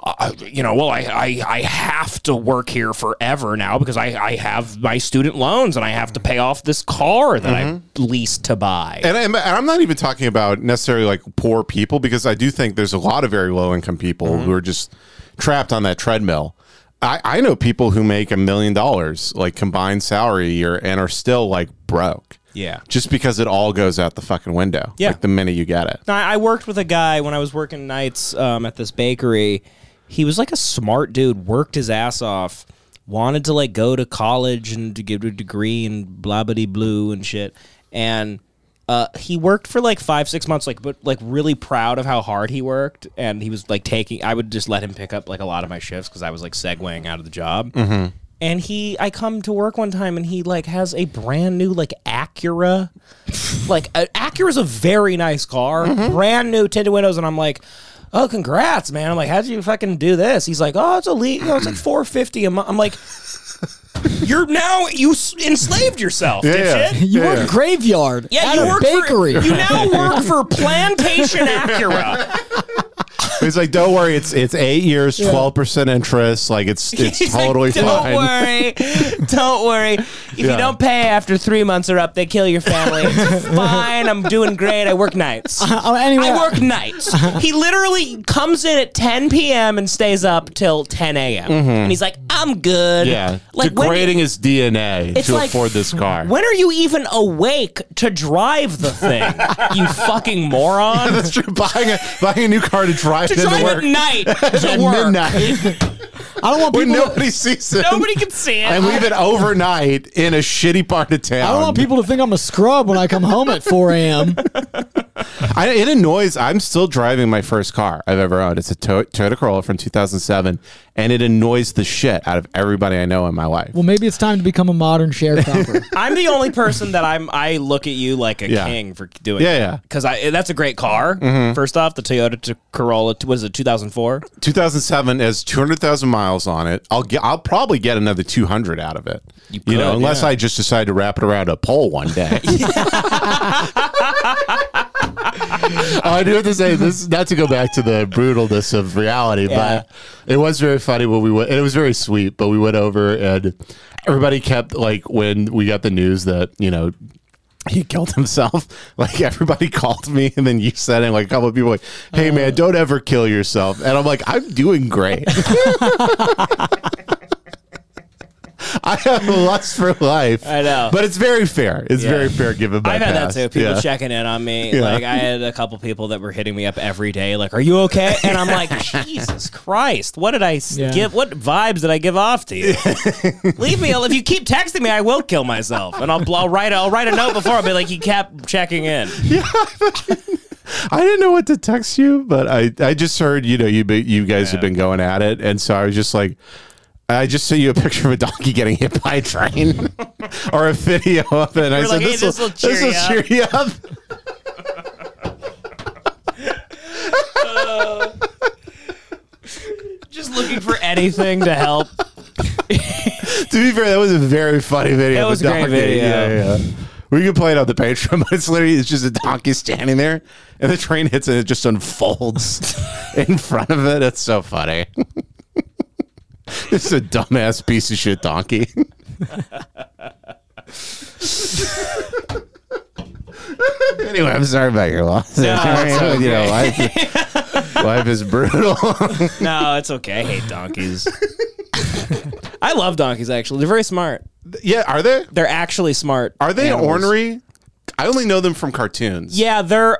[SPEAKER 2] Uh, you know, well, I, I I have to work here forever now because I, I have my student loans and I have to pay off this car that
[SPEAKER 3] Mm-hmm.
[SPEAKER 2] I leased to buy.
[SPEAKER 3] And I'm, and I'm not even talking about necessarily like poor people because I do think there's a lot of very low income people
[SPEAKER 2] Mm-hmm.
[SPEAKER 3] who are just trapped on that treadmill. I, I know people who make a million dollars, like combined salary a year, and are still like broke.
[SPEAKER 2] Yeah.
[SPEAKER 3] Just because it all goes out the fucking window.
[SPEAKER 2] Yeah.
[SPEAKER 3] Like the minute you get it.
[SPEAKER 2] No, I I worked with a guy when I was working nights um, at this bakery. He was like a smart dude, worked his ass off, wanted to like go to college and to get a degree and blah blah blue and shit. And uh, he worked for like five six months, like but like really proud of how hard he worked. And he was like taking. I would just let him pick up like a lot of my shifts because I was like segueing out of the job. And he, I come to work one time, and he like has a brand new like Acura like uh, Acura's a very nice car,
[SPEAKER 3] Mm-hmm.
[SPEAKER 2] brand new tinted windows, and I'm like, oh, congrats, man. I'm like, how'd you fucking do this? He's like, oh, it's elite. You know, it's like 450 a month. I'm like. You're now you s- enslaved yourself,
[SPEAKER 3] Yeah, yeah.
[SPEAKER 2] dipshit.
[SPEAKER 4] You work graveyard
[SPEAKER 2] Yeah,
[SPEAKER 4] at
[SPEAKER 2] you
[SPEAKER 4] a
[SPEAKER 2] work
[SPEAKER 4] bakery.
[SPEAKER 2] for you now work for Plantation Acura.
[SPEAKER 3] He's like, don't worry, it's it's eight years, twelve percent interest, like it's it's
[SPEAKER 2] He's like,
[SPEAKER 3] totally
[SPEAKER 2] don't
[SPEAKER 3] fine.
[SPEAKER 2] worry, don't worry. If
[SPEAKER 3] Yeah.
[SPEAKER 2] you don't pay after three months are up, they kill your family. It's fine. I'm doing great. I work nights.
[SPEAKER 3] Uh-huh.
[SPEAKER 4] Oh, anyway,
[SPEAKER 2] I work nights. he literally comes in at 10 p.m. and stays up till 10 a.m. And he's like, I'm good.
[SPEAKER 3] Mm-hmm. Yeah.
[SPEAKER 2] Like, when-
[SPEAKER 3] Degrading his DNA
[SPEAKER 2] It's
[SPEAKER 3] to
[SPEAKER 2] like-
[SPEAKER 3] afford this car.
[SPEAKER 2] When are you even awake to drive the thing, you fucking moron?
[SPEAKER 3] That's true. Buying a buying a new car to drive
[SPEAKER 2] to
[SPEAKER 3] into
[SPEAKER 2] drive at
[SPEAKER 3] work
[SPEAKER 2] night to
[SPEAKER 3] at
[SPEAKER 2] work.
[SPEAKER 3] midnight.
[SPEAKER 4] I don't want
[SPEAKER 3] when
[SPEAKER 4] people. to-
[SPEAKER 3] nobody sees it.
[SPEAKER 2] Nobody can see it.
[SPEAKER 3] And leave it overnight in a shitty part of town.
[SPEAKER 4] I don't want people to think I'm a scrub when I come home at 4 a.m.
[SPEAKER 3] I, it annoys. I'm still driving my first car I've ever owned. It's a to- Toyota Corolla from 2007, and it annoys the shit out of everybody I know in my life.
[SPEAKER 4] Well, maybe it's time to become a modern sharecropper.
[SPEAKER 2] I'm the only person that I'm. I look at you like a
[SPEAKER 3] Yeah.
[SPEAKER 2] king for doing.
[SPEAKER 3] Yeah, Mm-hmm. yeah.
[SPEAKER 2] Because I that's a great car. First off, the Toyota t- Corolla t- was it 2004.
[SPEAKER 3] 2007 has 200,000 miles on it. I'll get. I'll probably get another 200 out of it. You,
[SPEAKER 2] could,
[SPEAKER 3] know, unless I just decide to wrap it around a pole one day. I do have to say this, not to go back to the brutalness of reality,
[SPEAKER 2] Yeah.
[SPEAKER 3] but it was very funny when we went. And it was very sweet, but we went over and everybody kept like when we got the news that you know he killed himself. Like everybody called me, and then you said, and like a couple of people, were like, "Hey
[SPEAKER 2] Uh.
[SPEAKER 3] man, don't ever kill yourself." And I'm like, I'm doing great. I have a lust for life.
[SPEAKER 2] I know.
[SPEAKER 3] but it's very fair. It's
[SPEAKER 2] Yeah.
[SPEAKER 3] very fair given. My
[SPEAKER 2] I've had
[SPEAKER 3] past.
[SPEAKER 2] that too. People
[SPEAKER 3] Yeah.
[SPEAKER 2] checking in on me.
[SPEAKER 3] Yeah.
[SPEAKER 2] Like I had a couple people that were hitting me up every day. Like, "Are you okay?" And I'm like, "Jesus Christ, what did I s
[SPEAKER 4] Yeah.
[SPEAKER 2] give? What vibes did I give off to you? Leave me. al- If you keep texting me, I will kill myself. And I'll, bl- I'll write. I'll write a note before. I'll be like, "You kept checking in.
[SPEAKER 3] I didn't know what to text you, but I, I just heard you know you be, you guys have been going at it, and so I was just like, I just sent you a picture of a donkey getting hit by a train, or a video of it. And I
[SPEAKER 2] You're
[SPEAKER 3] said
[SPEAKER 2] like, hey,
[SPEAKER 3] this will
[SPEAKER 2] this'll
[SPEAKER 3] this will
[SPEAKER 2] cheer
[SPEAKER 3] cheer you up.
[SPEAKER 2] Just looking for anything to help."
[SPEAKER 3] to be fair, that was a very funny video.
[SPEAKER 2] That
[SPEAKER 3] of a
[SPEAKER 2] was a great
[SPEAKER 3] donkey.
[SPEAKER 2] video.
[SPEAKER 3] Yeah, yeah. We can play it on the Patreon, but it's literally it's just a donkey standing there, and the train hits it, and it just unfolds in front of it. It's so funny. it's a dumbass piece of shit donkey. anyway, I'm sorry about your loss.
[SPEAKER 2] it's
[SPEAKER 3] You know, life, life is brutal.
[SPEAKER 2] No, it's okay. I hate donkeys. I love donkeys. Actually, they're very smart.
[SPEAKER 3] yeah, are they?
[SPEAKER 2] They're actually smart.
[SPEAKER 3] Are they
[SPEAKER 2] animals.
[SPEAKER 3] ornery? I only know them from cartoons.
[SPEAKER 2] Yeah, they're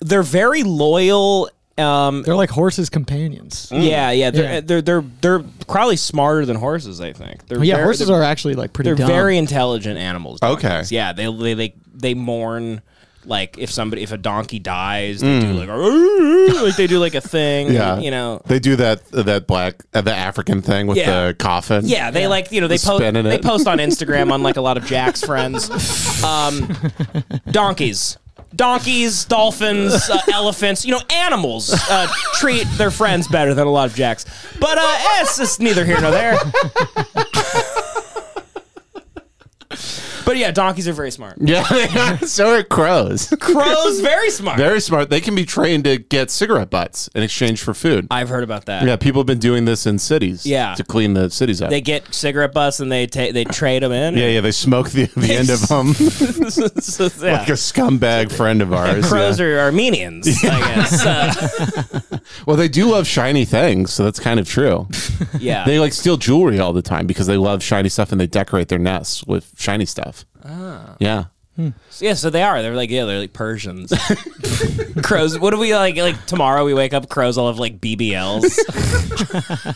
[SPEAKER 2] they're very loyal. Um,
[SPEAKER 4] They're like horses' companions.
[SPEAKER 3] Mm.
[SPEAKER 2] yeah, yeah, Mm, they're,
[SPEAKER 4] Yeah.
[SPEAKER 2] they're they're they're probably smarter than horses. I think. They're
[SPEAKER 4] yeah,
[SPEAKER 2] very-
[SPEAKER 4] horses
[SPEAKER 2] they're-
[SPEAKER 4] are actually like pretty
[SPEAKER 2] They're
[SPEAKER 4] dumb.
[SPEAKER 2] very intelligent animals.
[SPEAKER 3] Okay.
[SPEAKER 2] donkeys. Yeah, they they they they mourn like if somebody if a donkey dies, they do like, "Arrgh," like they do like a thing.
[SPEAKER 3] Mm. Yeah.
[SPEAKER 2] you know.
[SPEAKER 3] They do that that black uh, the African thing with
[SPEAKER 2] Yeah.
[SPEAKER 3] the coffin.
[SPEAKER 2] Yeah, they like you know they
[SPEAKER 3] The
[SPEAKER 2] post
[SPEAKER 3] spin in
[SPEAKER 2] they
[SPEAKER 3] it.
[SPEAKER 2] post on Instagram on like a lot of Jack's friends. Um, donkeys, donkeys, dolphins, uh, elephants, you know, animals uh, treat their friends better than a lot of Jack's. But uh, eh, it's just neither here nor there. But yeah, donkeys are very smart.
[SPEAKER 3] Yeah, they are. so are crows.
[SPEAKER 2] Crows, very smart.
[SPEAKER 3] Very smart. They can be trained to get cigarette butts in exchange for food.
[SPEAKER 2] I've heard about that.
[SPEAKER 3] yeah, people have been doing this in cities.
[SPEAKER 2] Yeah.
[SPEAKER 3] to clean the cities up.
[SPEAKER 2] They get cigarette butts and they ta- they trade them in.
[SPEAKER 3] yeah, yeah, they smoke the, the end of them
[SPEAKER 2] So, yeah.
[SPEAKER 3] like a scumbag friend of ours.
[SPEAKER 2] Crows
[SPEAKER 3] yeah.
[SPEAKER 2] are Armenians, I guess. Uh,
[SPEAKER 3] well, they do love shiny things, so that's kind of true.
[SPEAKER 2] yeah.
[SPEAKER 3] They like steal jewelry all the time because they love shiny stuff and they decorate their nests with shiny stuff. Yeah.
[SPEAKER 2] Yeah, so they are. They're like yeah, they're like Persians. crows. What do we like? Like tomorrow we wake up, crows all have like BBLs.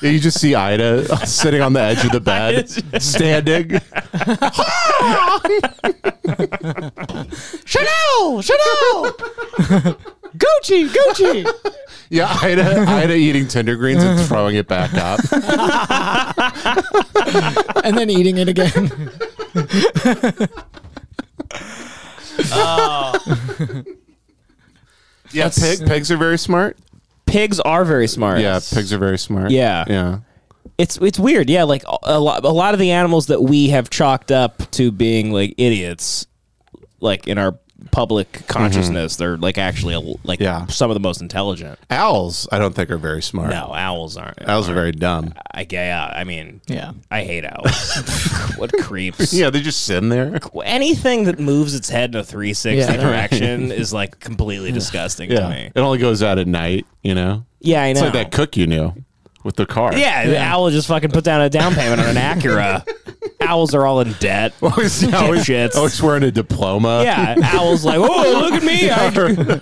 [SPEAKER 3] You just see Ida sitting on the edge of the bed, standing.
[SPEAKER 4] Chanel, Chanel, Gucci, Gucci.
[SPEAKER 3] Yeah, Ida, Ida eating tender greens and throwing it back up.
[SPEAKER 4] and then eating it again.
[SPEAKER 3] Yeah, pig, pigs are very smart.
[SPEAKER 2] pigs are very smart.
[SPEAKER 3] Yeah, pigs are very smart.
[SPEAKER 2] Yeah.
[SPEAKER 3] yeah.
[SPEAKER 2] It's it's weird. Yeah, like a- a lot a lot of the animals that we have chalked up to being like idiots, like in our public consciousness, they're like actually a- like
[SPEAKER 3] Mm-hmm. Yeah.
[SPEAKER 2] some of the most intelligent.
[SPEAKER 3] Owls, I don't think are very smart.
[SPEAKER 2] No, owls aren't.
[SPEAKER 3] Owls are very dumb.
[SPEAKER 2] I yeah, I mean,
[SPEAKER 4] Yeah.
[SPEAKER 2] I hate owls. what creeps?
[SPEAKER 3] Yeah, they just sit in there.
[SPEAKER 2] Anything that moves its head in a 360
[SPEAKER 4] Yeah.
[SPEAKER 2] direction is like completely disgusting to
[SPEAKER 3] Yeah,
[SPEAKER 2] me.
[SPEAKER 3] it only goes out at night. You know,
[SPEAKER 2] Yeah, I know.
[SPEAKER 3] it's like that cook you knew with the car.
[SPEAKER 2] yeah, the owl just fucking put down a down payment on an Acura. Owls are all in debt.
[SPEAKER 3] always, always,
[SPEAKER 2] Shits.
[SPEAKER 3] always wearing a diploma.
[SPEAKER 2] Yeah, owls like, oh, look at me. I-
[SPEAKER 3] or,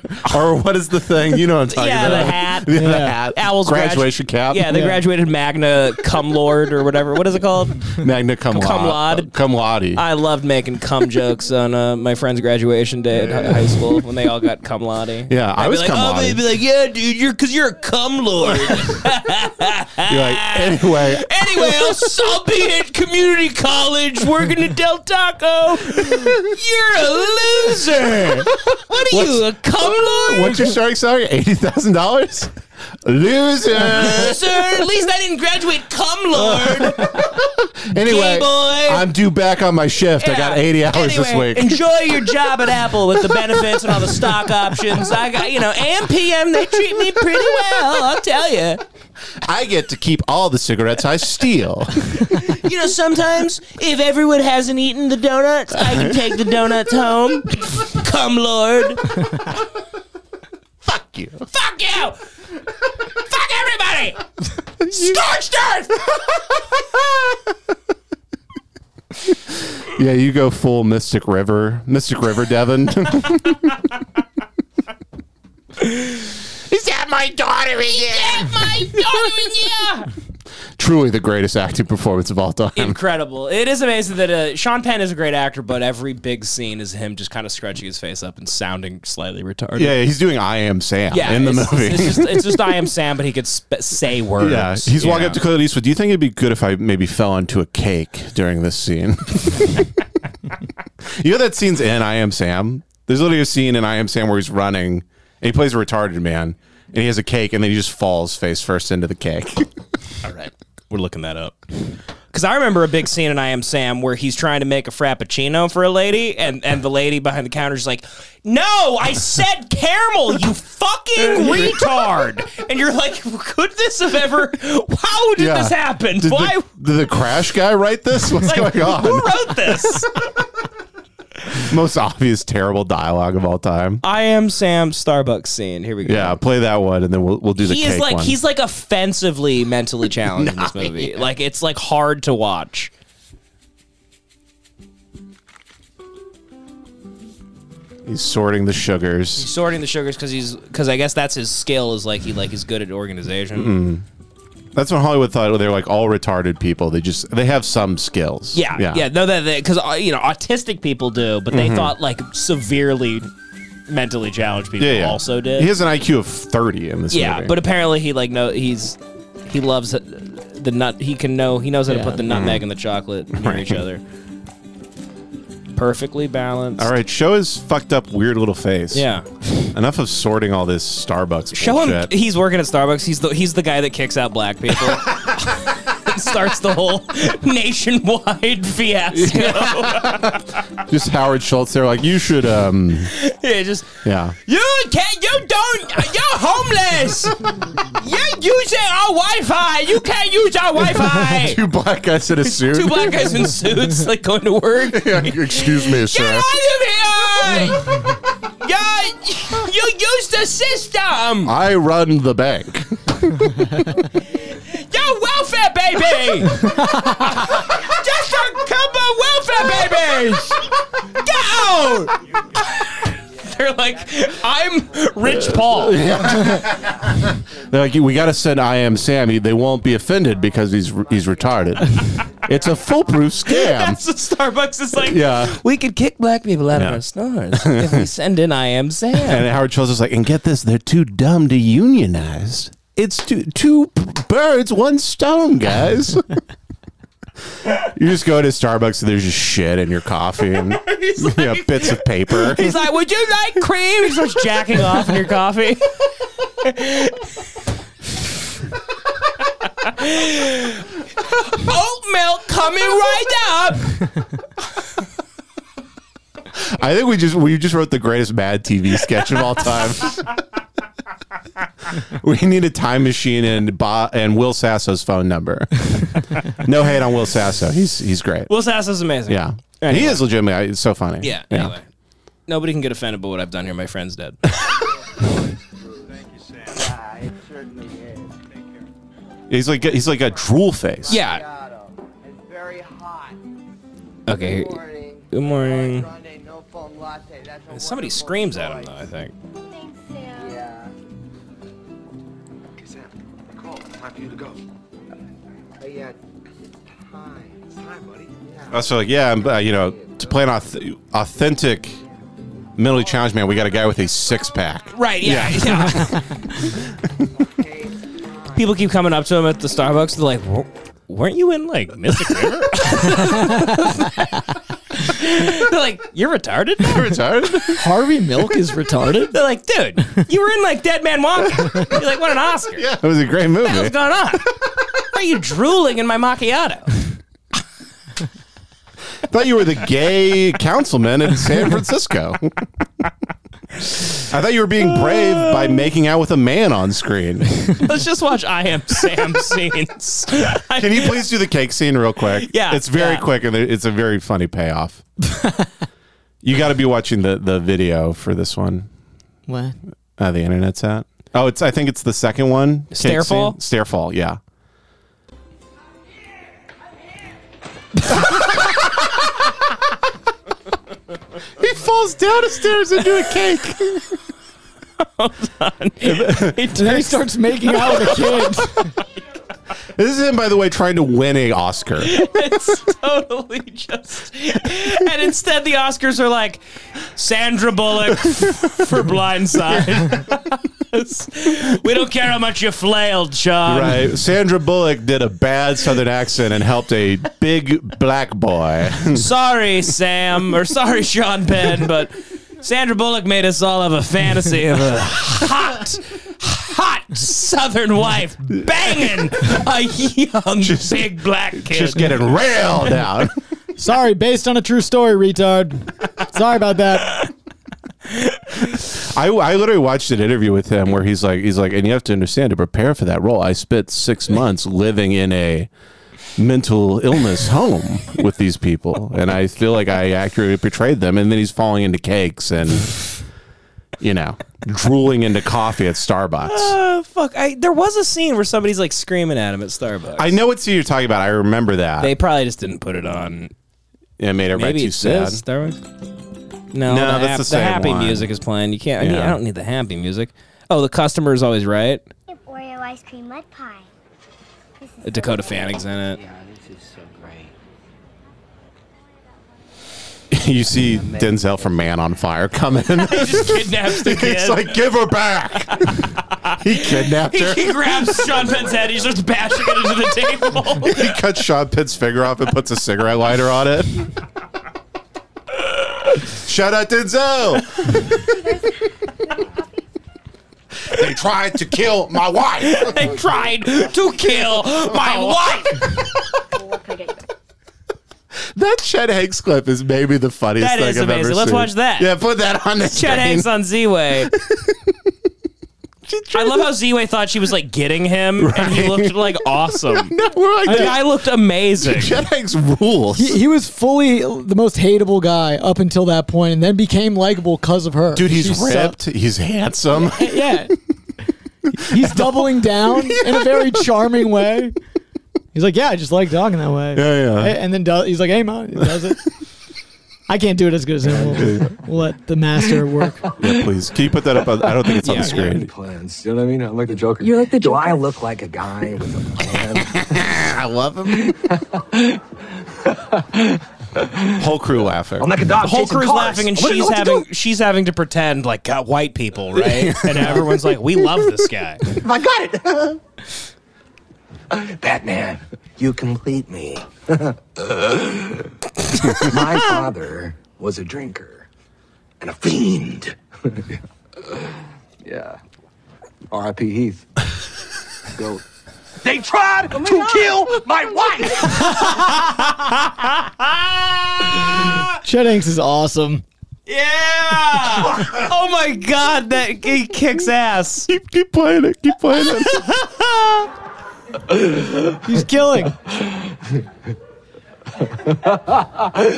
[SPEAKER 3] or what is the thing? You know what I'm talking
[SPEAKER 2] yeah,
[SPEAKER 3] about.
[SPEAKER 2] the hat.
[SPEAKER 3] Yeah, the hat.
[SPEAKER 2] Owls gradu-
[SPEAKER 3] graduation cap.
[SPEAKER 2] Yeah, they graduated magna cum laude or whatever. What is it called?
[SPEAKER 3] Magna cum
[SPEAKER 2] Cum
[SPEAKER 3] laude. Uh,
[SPEAKER 2] laude. Uh,
[SPEAKER 3] Cum laude.
[SPEAKER 2] I loved making cum jokes on uh, my friend's graduation day at hi- high school when they all got cum laude.
[SPEAKER 3] Yeah, I
[SPEAKER 2] I'd
[SPEAKER 3] was
[SPEAKER 2] be like,
[SPEAKER 3] cum
[SPEAKER 2] oh,
[SPEAKER 3] laude.
[SPEAKER 2] they'd be like, yeah, dude, you're because you're a cum lord.
[SPEAKER 3] You're like, anyway,
[SPEAKER 2] Anyway, I'll, I'll be at community college working at Del Taco. You're a loser. What are you, a cum lord?
[SPEAKER 3] eh, what's your starting salary? Eighty thousand dollars. Loser.
[SPEAKER 2] Sir, at least I didn't graduate cum lord.
[SPEAKER 3] Uh, Anyway,
[SPEAKER 2] Gay boy.
[SPEAKER 3] I'm due back on my shift. I got
[SPEAKER 2] Yeah.
[SPEAKER 3] 80 hours this
[SPEAKER 2] Anyway,
[SPEAKER 3] week.
[SPEAKER 2] Enjoy your job at Apple with the benefits and all the stock options. I got, you know, and PM, they treat me pretty well, I'll tell you.
[SPEAKER 3] I get to keep all the cigarettes I steal.
[SPEAKER 2] You know, sometimes if everyone hasn't eaten the donuts, I can take the donuts home. Come, Lord.
[SPEAKER 3] Fuck you.
[SPEAKER 2] Fuck you. Fuck everybody. Scorched earth.
[SPEAKER 3] Yeah, you go full Mystic River, Mystic River Devon. Is that my daughter again?
[SPEAKER 2] My God, yeah.
[SPEAKER 3] Truly the greatest acting performance of all time.
[SPEAKER 2] Incredible. It is amazing that uh, Sean Penn is a great actor, but every big scene is him just kind of scratching his face up and sounding slightly retarded.
[SPEAKER 3] yeah, yeah, he's doing I Am Sam
[SPEAKER 2] Yeah,
[SPEAKER 3] in the
[SPEAKER 2] it's-
[SPEAKER 3] movie.
[SPEAKER 2] It's, just, it's just I am Sam, but he could sp- say words.
[SPEAKER 3] yeah, he's
[SPEAKER 2] you
[SPEAKER 3] walking
[SPEAKER 2] know?
[SPEAKER 3] up to Clint Eastwood. Do you think it'd be good if I maybe fell onto a cake during this scene? you know that scene's in I Am Sam. There's literally a scene in I Am Sam where he's running and he plays a retarded man and he has a cake and then he just falls face first into the cake.
[SPEAKER 2] All right, we're looking that up. Because I remember a big scene in I Am Sam where he's trying to make a frappuccino for a lady, and, and the lady behind the counter is like, No, I said caramel, you fucking retard. And you're like, Could this have ever. How did
[SPEAKER 3] Yeah.
[SPEAKER 2] this happen?
[SPEAKER 3] Did
[SPEAKER 2] Why?
[SPEAKER 3] The, did the crash guy write this? What's
[SPEAKER 2] like,
[SPEAKER 3] going on?
[SPEAKER 2] who wrote this?
[SPEAKER 3] Most obvious, terrible dialogue of all time.
[SPEAKER 2] I am Sam Starbucks scene. Here we go.
[SPEAKER 3] Yeah, play that one, and then we'll we'll do the
[SPEAKER 2] he
[SPEAKER 3] cake
[SPEAKER 2] is like
[SPEAKER 3] one.
[SPEAKER 2] he's like offensively mentally challenged in this movie. Like it's like hard to watch.
[SPEAKER 3] He's sorting the sugars.
[SPEAKER 2] sorting the sugars because he's because I guess that's his skill is like he like he's good at
[SPEAKER 3] Mm-hmm.
[SPEAKER 2] organization.
[SPEAKER 3] That's what Hollywood thought. They're like all retarded people. They just they have some skills.
[SPEAKER 2] Yeah, yeah, no, that because you know autistic people do, but
[SPEAKER 3] Mm-hmm.
[SPEAKER 2] they thought like severely mentally challenged people
[SPEAKER 3] Yeah, yeah.
[SPEAKER 2] also did.
[SPEAKER 3] He has an IQ of thirty in this
[SPEAKER 2] yeah,
[SPEAKER 3] movie.
[SPEAKER 2] but apparently he like no he's he loves it- the nut. He can know he knows how to
[SPEAKER 4] Yeah.
[SPEAKER 2] put the nutmeg
[SPEAKER 3] Mm-hmm.
[SPEAKER 2] and the chocolate near each other. Perfectly balanced.
[SPEAKER 3] all right, show his fucked up weird little face.
[SPEAKER 2] Yeah.
[SPEAKER 3] Enough of sorting all this Starbucks.
[SPEAKER 2] Show him
[SPEAKER 3] bullshit.
[SPEAKER 2] he's working at Starbucks. He's the he's the guy that kicks out black people. He starts the whole nationwide fiasco. Yeah,
[SPEAKER 3] just Howard Schultz. They're like, you should. um
[SPEAKER 2] just
[SPEAKER 3] Yeah.
[SPEAKER 2] you can't you don't you're homeless. You're using our Wi-Fi. You can't use our Wi-Fi.
[SPEAKER 3] Two black guys in a suit.
[SPEAKER 2] Two black guys in suits like going to work.
[SPEAKER 3] Excuse me,
[SPEAKER 2] Get
[SPEAKER 3] sir.
[SPEAKER 2] out of here! you you use the system.
[SPEAKER 3] I run the bank.
[SPEAKER 2] Yo, welfare baby! Just a couple welfare babies! Get out! They're like, I'm Rich Paul.
[SPEAKER 3] They're like, we got to send I am Sammy. They won't be offended because he's he's retarded. it's a foolproof scam.
[SPEAKER 2] That's what Starbucks is like.
[SPEAKER 3] Yeah.
[SPEAKER 2] We could kick black people out
[SPEAKER 3] Yeah.
[SPEAKER 2] of our stores if we send in I am Sam.
[SPEAKER 3] And Howard Schultz is like, and get this, they're too dumb to unionize. It's two two p- birds, one stone, guys. you just go to Starbucks and there's just shit in your coffee and
[SPEAKER 2] He's like,
[SPEAKER 3] you know, bits of paper.
[SPEAKER 2] he's like, would you like cream? He starts jacking off in your coffee. Oat milk coming right up.
[SPEAKER 3] I think we just we just wrote the greatest Mad TV sketch of all time. we need a time machine and Bo- and Will Sasso's phone number. no hate on Will Sasso. He's he's great.
[SPEAKER 2] Will Sasso's amazing.
[SPEAKER 3] Yeah,
[SPEAKER 2] Anyway.
[SPEAKER 3] he is legitimately it's so funny.
[SPEAKER 2] Yeah. Anyway, nobody can get offended by what I've done here. My friend's dead.
[SPEAKER 3] He's like he's like a drool face.
[SPEAKER 2] yeah.
[SPEAKER 1] It's very hot.
[SPEAKER 2] Okay.
[SPEAKER 1] Morning.
[SPEAKER 2] Good morning.
[SPEAKER 1] Grande no foam latte. That's a
[SPEAKER 2] Somebody
[SPEAKER 1] wonderful
[SPEAKER 2] screams at him
[SPEAKER 1] choice.
[SPEAKER 2] though. I think.
[SPEAKER 1] Yeah.
[SPEAKER 5] Okay, Sam, call. Time for you to go.
[SPEAKER 1] But Oh, yeah, it's time. It's time, buddy. Yeah.
[SPEAKER 3] Also, like yeah, I'm, uh, you know, to play an auth- authentic mentally challenged man, we got a guy with a six pack.
[SPEAKER 2] Right. Yeah. yeah. People keep coming up to him at the Starbucks. They're like, "Well, "Weren't you in like Mystic River?" they're like, "You're retarded." now?"
[SPEAKER 3] Retarded.
[SPEAKER 4] Harvey Milk is retarded.
[SPEAKER 2] They're like, "Dude, you were in like Dead Man Walking." You're like, "What an Oscar!"
[SPEAKER 3] yeah, it was a great movie.
[SPEAKER 2] What's going on? Why are you drooling in my macchiato?
[SPEAKER 3] thought you were the gay councilman in San Francisco. I thought you were being brave by making out with a man on screen. Can
[SPEAKER 2] Let's just watch I Am Sam scenes.
[SPEAKER 3] you please do the cake scene real quick?
[SPEAKER 2] Yeah,
[SPEAKER 3] It's very
[SPEAKER 2] yeah.
[SPEAKER 3] quick and it's a very funny payoff. you got to be watching the, the video for this one.
[SPEAKER 4] What?
[SPEAKER 3] Uh, the internet's at. Oh, it's. I think it's the second one. Cake scene?
[SPEAKER 2] Stairfall?
[SPEAKER 3] Stairfall. Yeah. he falls down the stairs into a cake.
[SPEAKER 4] And then he starts making out with a kid.
[SPEAKER 3] This is him, by the way, trying to win a Oscar.
[SPEAKER 2] It's totally just. And instead, the Oscars are like Sandra Bullock for Blindside. we don't care how much you flailed, Sean.
[SPEAKER 3] Right. Sandra Bullock did a bad Southern accent and helped a big black boy.
[SPEAKER 2] Sorry, Sam, or sorry, Sean Penn, but Sandra Bullock made us all have a fantasy of a hot, hot Southern wife banging a young, big black kid.
[SPEAKER 3] Just getting railed out.
[SPEAKER 4] Sorry, based on a true story, retard. Sorry about that.
[SPEAKER 3] I, I literally watched an interview with him where he's like he's like and you have to understand to prepare for that role I spent 6 months living in a mental illness home with these people and I feel like I accurately portrayed them and then he's falling into cakes and you know drooling into coffee at Starbucks.
[SPEAKER 2] Uh, fuck! I, there was a scene where somebody's like screaming at him at Starbucks.
[SPEAKER 3] I know what scene you're talking about. I remember that.
[SPEAKER 2] They probably just didn't put it on.
[SPEAKER 3] it made everybody
[SPEAKER 2] Maybe
[SPEAKER 3] too
[SPEAKER 2] it's
[SPEAKER 3] sad.
[SPEAKER 2] this Starbucks. No,
[SPEAKER 3] No,
[SPEAKER 2] the,
[SPEAKER 3] that's
[SPEAKER 2] hap-
[SPEAKER 3] the same
[SPEAKER 2] happy
[SPEAKER 3] one.
[SPEAKER 2] music is playing. You can't. I, need, I
[SPEAKER 3] Yeah.
[SPEAKER 2] don't need the happy music. Oh, the customer is always right.
[SPEAKER 11] Oreo ice cream mud pie.
[SPEAKER 2] Dakota Fanning's in it.
[SPEAKER 3] you see Denzel from Man on Fire coming in.
[SPEAKER 2] just kidnaps the
[SPEAKER 3] He's like, give her back. he kidnapped her.
[SPEAKER 2] he grabs Sean Penn's head. He starts bashing it into the
[SPEAKER 3] He
[SPEAKER 2] table.
[SPEAKER 3] cuts Sean Pitt's finger off and puts a cigarette lighter on it. Shout out Denzel. they tried to kill my wife.
[SPEAKER 2] they tried to kill my
[SPEAKER 3] Oh.
[SPEAKER 2] wife.
[SPEAKER 3] That Chet Hanks clip is maybe the funniest
[SPEAKER 2] That
[SPEAKER 3] thing
[SPEAKER 2] is
[SPEAKER 3] I've ever
[SPEAKER 2] amazing. Let's
[SPEAKER 3] seen.
[SPEAKER 2] watch that.
[SPEAKER 3] Yeah, put that on the
[SPEAKER 2] Chad Hanks uh, on Z-Way. I love how Z-Way thought she was like getting him, and he looked like awesome.
[SPEAKER 3] no, we're like,
[SPEAKER 2] The guy looked amazing.
[SPEAKER 3] Chet Hanks rules.
[SPEAKER 4] He, he was fully the most hateable guy up until that point, and then became likable because of her.
[SPEAKER 3] Dude, he's
[SPEAKER 4] She sucked.
[SPEAKER 3] ripped. He's handsome.
[SPEAKER 4] Yeah. He's doubling down in a very charming way. He's like, yeah, I just like talking that way.
[SPEAKER 3] Yeah, yeah.
[SPEAKER 4] A- And then do- he's like, hey, man, he does it. I can't do it as good as him. We'll, we'll let the master work.
[SPEAKER 3] yeah, please. Can you put that up? On, I don't think it's on the screen.
[SPEAKER 1] Plans. You know what I mean? I'm like the Joker.
[SPEAKER 9] You're like the
[SPEAKER 7] Do
[SPEAKER 9] Joker.
[SPEAKER 7] I look like a guy with a plan?
[SPEAKER 3] I love him. Whole crew laughing.
[SPEAKER 7] I'm like a dog.
[SPEAKER 2] The whole
[SPEAKER 7] chasing
[SPEAKER 2] crew's
[SPEAKER 7] cars.
[SPEAKER 2] laughing, and
[SPEAKER 7] I wouldn't
[SPEAKER 2] she's
[SPEAKER 7] know what to
[SPEAKER 2] having
[SPEAKER 7] do.
[SPEAKER 2] she's having to pretend like got white people, right? and everyone's like, "We love this guy."
[SPEAKER 7] I got it. Batman, you complete me. My father was a drinker and a fiend. yeah. R.I.P. Heath. Go. They tried to kill my wife.
[SPEAKER 4] Chet Hanks is awesome.
[SPEAKER 2] Yeah! oh my god, that he kicks ass.
[SPEAKER 3] keep, keep playing it. Keep playing it.
[SPEAKER 4] He's killing.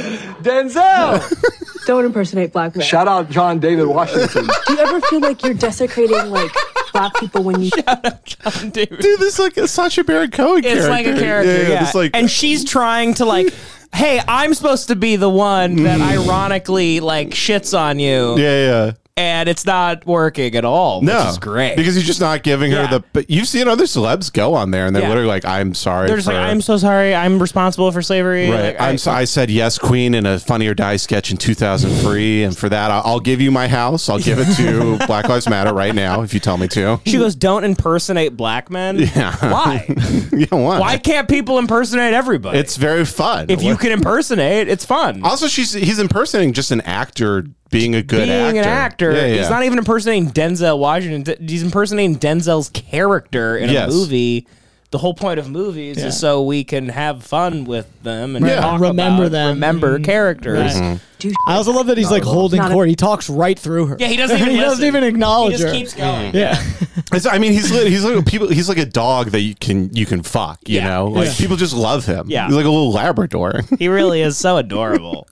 [SPEAKER 7] Denzel.
[SPEAKER 9] Don't impersonate black men.
[SPEAKER 1] Shout out John David Washington.
[SPEAKER 9] Do you ever feel like you're desecrating like black people when you
[SPEAKER 3] Dude, this is like a Sacha Baron Cohen
[SPEAKER 2] It's
[SPEAKER 3] character.
[SPEAKER 2] like a character, yeah.
[SPEAKER 3] This like,
[SPEAKER 2] and she's trying to like, hey, I'm supposed to be the one that ironically like shits on you,
[SPEAKER 3] yeah, yeah.
[SPEAKER 2] and it's not working at all.
[SPEAKER 3] No,
[SPEAKER 2] which is great
[SPEAKER 3] because he's just not giving her
[SPEAKER 2] Yeah.
[SPEAKER 3] the. But you've seen other celebs go on there, and they're
[SPEAKER 2] Yeah.
[SPEAKER 3] literally like, "I'm sorry."
[SPEAKER 2] they're just like,
[SPEAKER 3] for-
[SPEAKER 2] I'm so sorry, I'm responsible for slavery.
[SPEAKER 3] Right.
[SPEAKER 2] Like,
[SPEAKER 3] I'm
[SPEAKER 2] I-
[SPEAKER 3] so, I said yes, Queen, in a Funny or Die sketch in 2003, and for that, I- I'll give you my house. I'll give it to Black Lives Matter right now if you tell me to.
[SPEAKER 2] She goes, "Don't impersonate black men."
[SPEAKER 3] Yeah.
[SPEAKER 2] Why?
[SPEAKER 3] you know what?
[SPEAKER 2] Why can't people impersonate everybody?
[SPEAKER 3] It's very fun.
[SPEAKER 2] if you can impersonate, it's fun.
[SPEAKER 3] Also, she's he's impersonating just an actor being a good
[SPEAKER 2] Being
[SPEAKER 3] actor.
[SPEAKER 2] an actor,
[SPEAKER 3] Yeah, yeah.
[SPEAKER 2] he's not even impersonating Denzel Washington. D- He's impersonating Denzel's character in
[SPEAKER 3] Yes.
[SPEAKER 2] a movie. The whole point of movies
[SPEAKER 4] Yeah.
[SPEAKER 2] is so we can have fun with them and
[SPEAKER 3] Yeah.
[SPEAKER 2] talk
[SPEAKER 4] Remember
[SPEAKER 2] about-
[SPEAKER 4] them. Mm-hmm.
[SPEAKER 2] remember characters.
[SPEAKER 4] I also love that he's like holding court. He talks right through her.
[SPEAKER 2] Yeah, he doesn't even
[SPEAKER 4] he doesn't
[SPEAKER 2] listen.
[SPEAKER 4] even
[SPEAKER 2] He
[SPEAKER 4] acknowledge
[SPEAKER 2] just
[SPEAKER 4] her.
[SPEAKER 2] keeps going.
[SPEAKER 4] yeah.
[SPEAKER 3] It's- I mean, he's li- he's like a people. He's like a dog that you can you can fuck. You
[SPEAKER 2] Yeah.
[SPEAKER 3] know, like people just love him.
[SPEAKER 2] Yeah.
[SPEAKER 3] he's like a little Labrador.
[SPEAKER 2] He really is so adorable.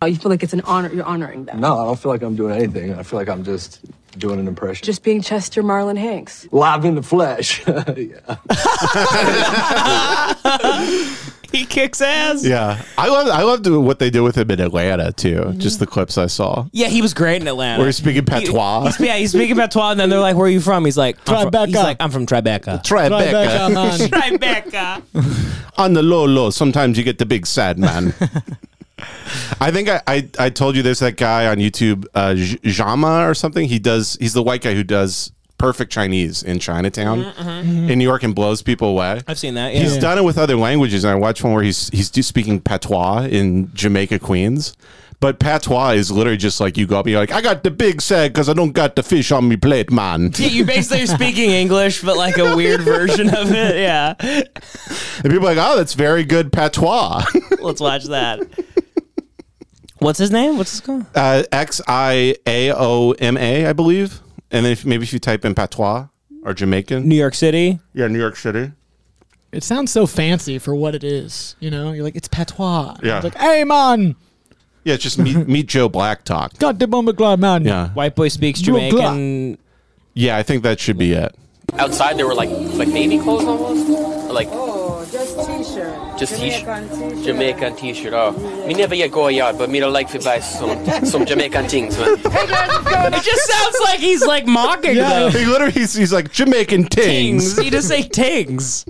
[SPEAKER 9] Oh, you feel like it's an honor you're honoring them.
[SPEAKER 1] no, I don't feel like I'm doing anything. I feel like I'm just doing an impression.
[SPEAKER 9] Just being Chester Marlon Hanks.
[SPEAKER 1] live in the flesh. yeah.
[SPEAKER 2] he kicks ass.
[SPEAKER 3] yeah, I love I loved what they did with him in Atlanta too. Just the clips I saw.
[SPEAKER 2] Mm-hmm. Yeah, he was great in Atlanta.
[SPEAKER 3] Where he's speaking patois.
[SPEAKER 2] He, he's, yeah, he's speaking patois, and then they're like, "Where are you from?" He's like, I'm from,
[SPEAKER 4] Tribeca.
[SPEAKER 2] he's like, "I'm from Tribeca."
[SPEAKER 3] Try
[SPEAKER 4] Right back
[SPEAKER 3] Becca.
[SPEAKER 4] on,
[SPEAKER 2] uh-huh.
[SPEAKER 4] man.
[SPEAKER 2] Tribeca.
[SPEAKER 3] uh, on the low low sometimes you get the big sad man i think I, I i told you there's that guy on youtube uh J- jama or something he does he's the white guy who does perfect chinese in chinatown
[SPEAKER 2] Mm-hmm.
[SPEAKER 3] in new york and blows people away
[SPEAKER 2] I've seen that. Yeah.
[SPEAKER 3] He's done it with other languages, and I watched one where he's he's do- speaking patois in Jamaica, Queens. But patois is literally just like you go up and you're like, I got the big sag because I don't got the fish on me plate, man.
[SPEAKER 2] Yeah, you basically are speaking English, but like a weird version of it. Yeah.
[SPEAKER 3] And people are like, oh, that's very good patois.
[SPEAKER 2] Let's watch that. What's his name? What's his called?
[SPEAKER 3] uh, X I A O M A, I believe. And then if, maybe if you type in patois or Jamaican,
[SPEAKER 2] New York City.
[SPEAKER 3] yeah, New York City.
[SPEAKER 4] It sounds so fancy for what it is. You know, you're like, it's patois.
[SPEAKER 3] Yeah.
[SPEAKER 4] It's like, hey, man,
[SPEAKER 3] Yeah, it's just meet, meet Joe Black talk.
[SPEAKER 4] got the bomba glad man.
[SPEAKER 3] Yeah,
[SPEAKER 2] White boy speaks
[SPEAKER 4] Brooklyn.
[SPEAKER 2] Jamaican.
[SPEAKER 3] yeah, I think that should be it.
[SPEAKER 7] Outside, there were like like baby clothes almost, like
[SPEAKER 10] Oh, just t-shirt.
[SPEAKER 7] Just
[SPEAKER 10] Jamaican t-shirt.
[SPEAKER 7] Jamaican t-shirt. Oh, me never yet go out, but me don't like to buy some some Jamaican things, man.
[SPEAKER 2] It just sounds like he's like mocking
[SPEAKER 3] Yeah,
[SPEAKER 2] them.
[SPEAKER 3] he literally he's, he's like Jamaican tings.
[SPEAKER 2] Tings. You just say tings.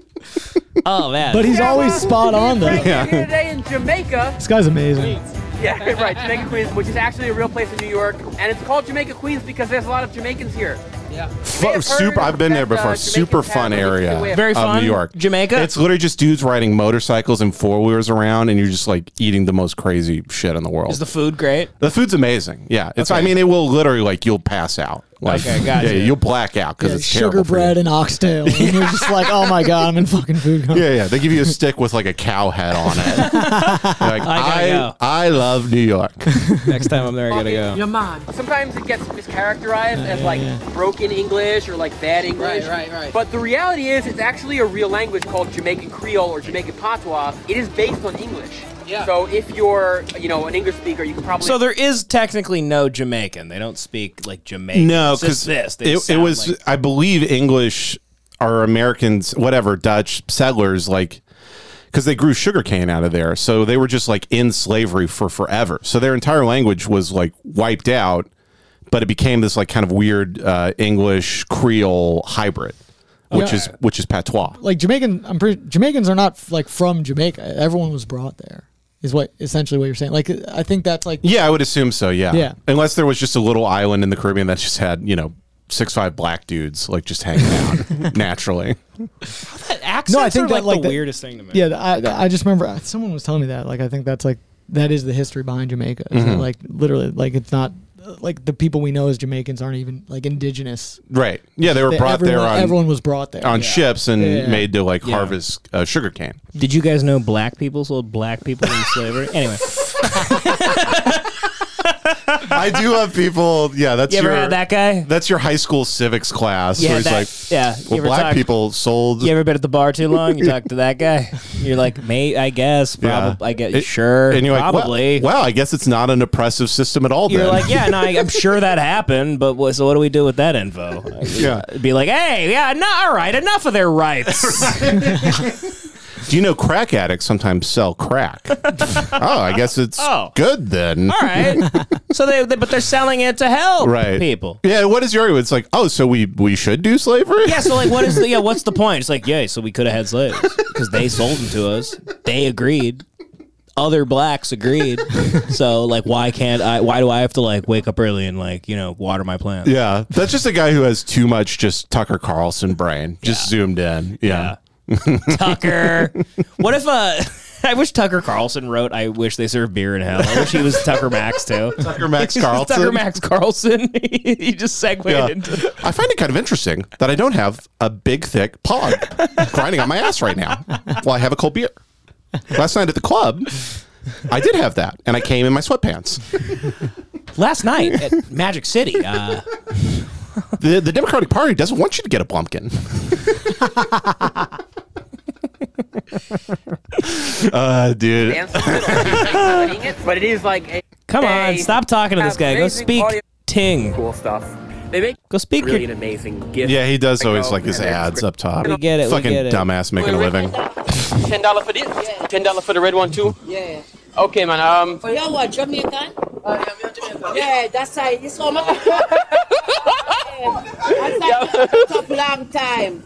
[SPEAKER 2] Oh man.
[SPEAKER 4] But he's
[SPEAKER 10] Yeah,
[SPEAKER 4] always
[SPEAKER 10] well,
[SPEAKER 4] spot on though.
[SPEAKER 10] Frank, you're here today in Jamaica.
[SPEAKER 4] This guy's amazing.
[SPEAKER 7] Yeah, right. Jamaica Queens, which is actually a real place in New York, and it's called Jamaica Queens because there's a lot of Jamaicans here. Yeah.
[SPEAKER 3] Fu- super. I've been there before. super fun area.
[SPEAKER 2] Very
[SPEAKER 3] Of
[SPEAKER 2] fun.
[SPEAKER 3] New York.
[SPEAKER 2] Jamaica?
[SPEAKER 3] It's literally just dudes riding motorcycles and four wheelers around, and you're just like eating the most crazy shit in the world.
[SPEAKER 2] Is the food great?
[SPEAKER 3] The food's amazing. Yeah, it's. I
[SPEAKER 2] Okay.
[SPEAKER 3] mean, it will literally like you'll pass out. Like,
[SPEAKER 2] Okay, gotcha.
[SPEAKER 3] Yeah, you'll black out because it's
[SPEAKER 4] Sugar
[SPEAKER 3] terrible. for
[SPEAKER 4] bread and oxtail. And you're just like, oh my god, I'm in fucking food coma.
[SPEAKER 3] you. Yeah, yeah. They give you a stick with like a cow head on it. You're
[SPEAKER 2] gotta
[SPEAKER 3] like, I,
[SPEAKER 2] go."
[SPEAKER 3] I, love New York.
[SPEAKER 2] Next time I'm there, I gotta go.
[SPEAKER 10] man.
[SPEAKER 7] Sometimes it gets mischaracterized as like broken English or like bad English.
[SPEAKER 10] Right, right, right.
[SPEAKER 7] But the reality is, it's actually a real language called Jamaican Creole or Jamaican Patois. It is based on English.
[SPEAKER 10] Yeah.
[SPEAKER 7] So if you're, you know, an English speaker, you can probably.
[SPEAKER 2] So there is technically no Jamaican. They don't speak like Jamaican.
[SPEAKER 3] No,
[SPEAKER 2] It's just this.
[SPEAKER 3] because it,
[SPEAKER 2] They
[SPEAKER 3] it
[SPEAKER 2] sound
[SPEAKER 3] was,
[SPEAKER 2] like-
[SPEAKER 3] I believe, English or Americans, whatever, Dutch settlers, like, because they grew sugarcane out of there. So they were just like in slavery for forever. So their entire language was like wiped out, but it became this like kind of weird uh, English Creole hybrid, which
[SPEAKER 4] Yeah.
[SPEAKER 3] is which is patois.
[SPEAKER 4] Like Jamaican, I'm pretty, Jamaicans are not like from Jamaica. Everyone was brought there. Is what essentially what you're saying. Like I think that's like
[SPEAKER 3] Yeah, I would assume so. Yeah.
[SPEAKER 4] Yeah.
[SPEAKER 3] Unless there was just a little island in the Caribbean that just had, you know, six five black dudes like just hanging out naturally.
[SPEAKER 2] That accents
[SPEAKER 4] No, I think
[SPEAKER 2] are,
[SPEAKER 4] that,
[SPEAKER 2] like,
[SPEAKER 4] like,
[SPEAKER 2] the
[SPEAKER 4] that-
[SPEAKER 2] weirdest thing to me.
[SPEAKER 4] Yeah, I, I just remember uh, someone was telling me that. Like, I think that's like that is the history behind Jamaica. is
[SPEAKER 3] Mm-hmm.
[SPEAKER 4] that, like, literally, like it's not uh, like the people we know as Jamaicans aren't even like indigenous.
[SPEAKER 3] Right. Yeah, they were
[SPEAKER 4] They-
[SPEAKER 3] brought
[SPEAKER 4] everyone,
[SPEAKER 3] there on
[SPEAKER 4] everyone was brought there.
[SPEAKER 3] on
[SPEAKER 4] Yeah.
[SPEAKER 3] ships and
[SPEAKER 4] Yeah.
[SPEAKER 3] made to like
[SPEAKER 2] Yeah.
[SPEAKER 3] harvest uh, sugar cane.
[SPEAKER 2] Did you guys know black people sold black people in slavery? Anyway,
[SPEAKER 3] I do love people. Yeah, that's
[SPEAKER 2] you ever
[SPEAKER 3] your
[SPEAKER 2] had that guy?
[SPEAKER 3] that's your high school civics class.
[SPEAKER 2] Yeah,
[SPEAKER 3] where he's
[SPEAKER 2] that-
[SPEAKER 3] like,
[SPEAKER 2] yeah, you
[SPEAKER 3] well,
[SPEAKER 2] ever
[SPEAKER 3] black
[SPEAKER 2] talk-
[SPEAKER 3] people sold.
[SPEAKER 2] You ever been at the bar too long? You talk to that guy. You're like, mate, I guess,
[SPEAKER 3] Yeah.
[SPEAKER 2] probably, I guess,
[SPEAKER 3] It-
[SPEAKER 2] sure,
[SPEAKER 3] and you're like, well-
[SPEAKER 2] probably.
[SPEAKER 3] Well, I guess it's not an oppressive system at all.
[SPEAKER 2] You're
[SPEAKER 3] then.
[SPEAKER 2] like, yeah, no, I, I'm sure that happened, but what, so what do we do with that info?
[SPEAKER 3] Yeah.
[SPEAKER 2] Be like, hey, yeah, no, all right, enough of their rights.
[SPEAKER 3] Do you know crack addicts sometimes sell crack? oh, I guess it's
[SPEAKER 2] Oh.
[SPEAKER 3] good then.
[SPEAKER 2] all right. So they, they, but they're selling it to help
[SPEAKER 3] right
[SPEAKER 2] people.
[SPEAKER 3] yeah what is your argument it's like oh so we we should do slavery
[SPEAKER 2] Yeah, so like, what is the yeah? What's the point? It's like, yeah, so we could have had slaves because they sold them to us. They agreed. Other blacks agreed. So like, why can't I? Why do I have to like wake up early and like you know water my plants?
[SPEAKER 3] yeah that's just a guy who has too much just tucker carlson brain just zoomed in yeah,
[SPEAKER 2] Tucker. what if uh? I wish Tucker Carlson wrote "I wish they served beer in hell." I wish he was Tucker Max too.
[SPEAKER 3] tucker max carlson
[SPEAKER 2] Tucker Max Carlson. he just segued
[SPEAKER 3] yeah.
[SPEAKER 2] into.
[SPEAKER 3] i find it kind of interesting that i don't have a big thick pog grinding on my ass right now while i have a cold beer last night at the club i did have that and i came in my sweatpants
[SPEAKER 2] Last night at Magic City, uh,
[SPEAKER 3] the, the democratic party doesn't want you to get a plumpkin uh dude
[SPEAKER 7] dance in the middle. I'm studying it, but it is like a
[SPEAKER 2] come on, stop talking to this guy. Go
[SPEAKER 7] Amazing
[SPEAKER 2] speak
[SPEAKER 7] audio-
[SPEAKER 2] ting.
[SPEAKER 7] cool stuff. They make
[SPEAKER 2] Go speak
[SPEAKER 7] really an
[SPEAKER 2] your
[SPEAKER 7] amazing gift.
[SPEAKER 3] Yeah, he does
[SPEAKER 7] Like,
[SPEAKER 3] always
[SPEAKER 7] oh,
[SPEAKER 3] like his
[SPEAKER 7] and they're
[SPEAKER 3] ads up top.
[SPEAKER 2] We get it, we
[SPEAKER 3] Fucking
[SPEAKER 2] get it.
[SPEAKER 3] dumbass making a living.
[SPEAKER 7] Ten dollar for this. Ten dollar for the red one too.
[SPEAKER 10] Yeah.
[SPEAKER 7] Okay, man. Um,
[SPEAKER 10] Oh, y'all what, Jamaican? Yeah, that's why it's so much. That's why it took long time.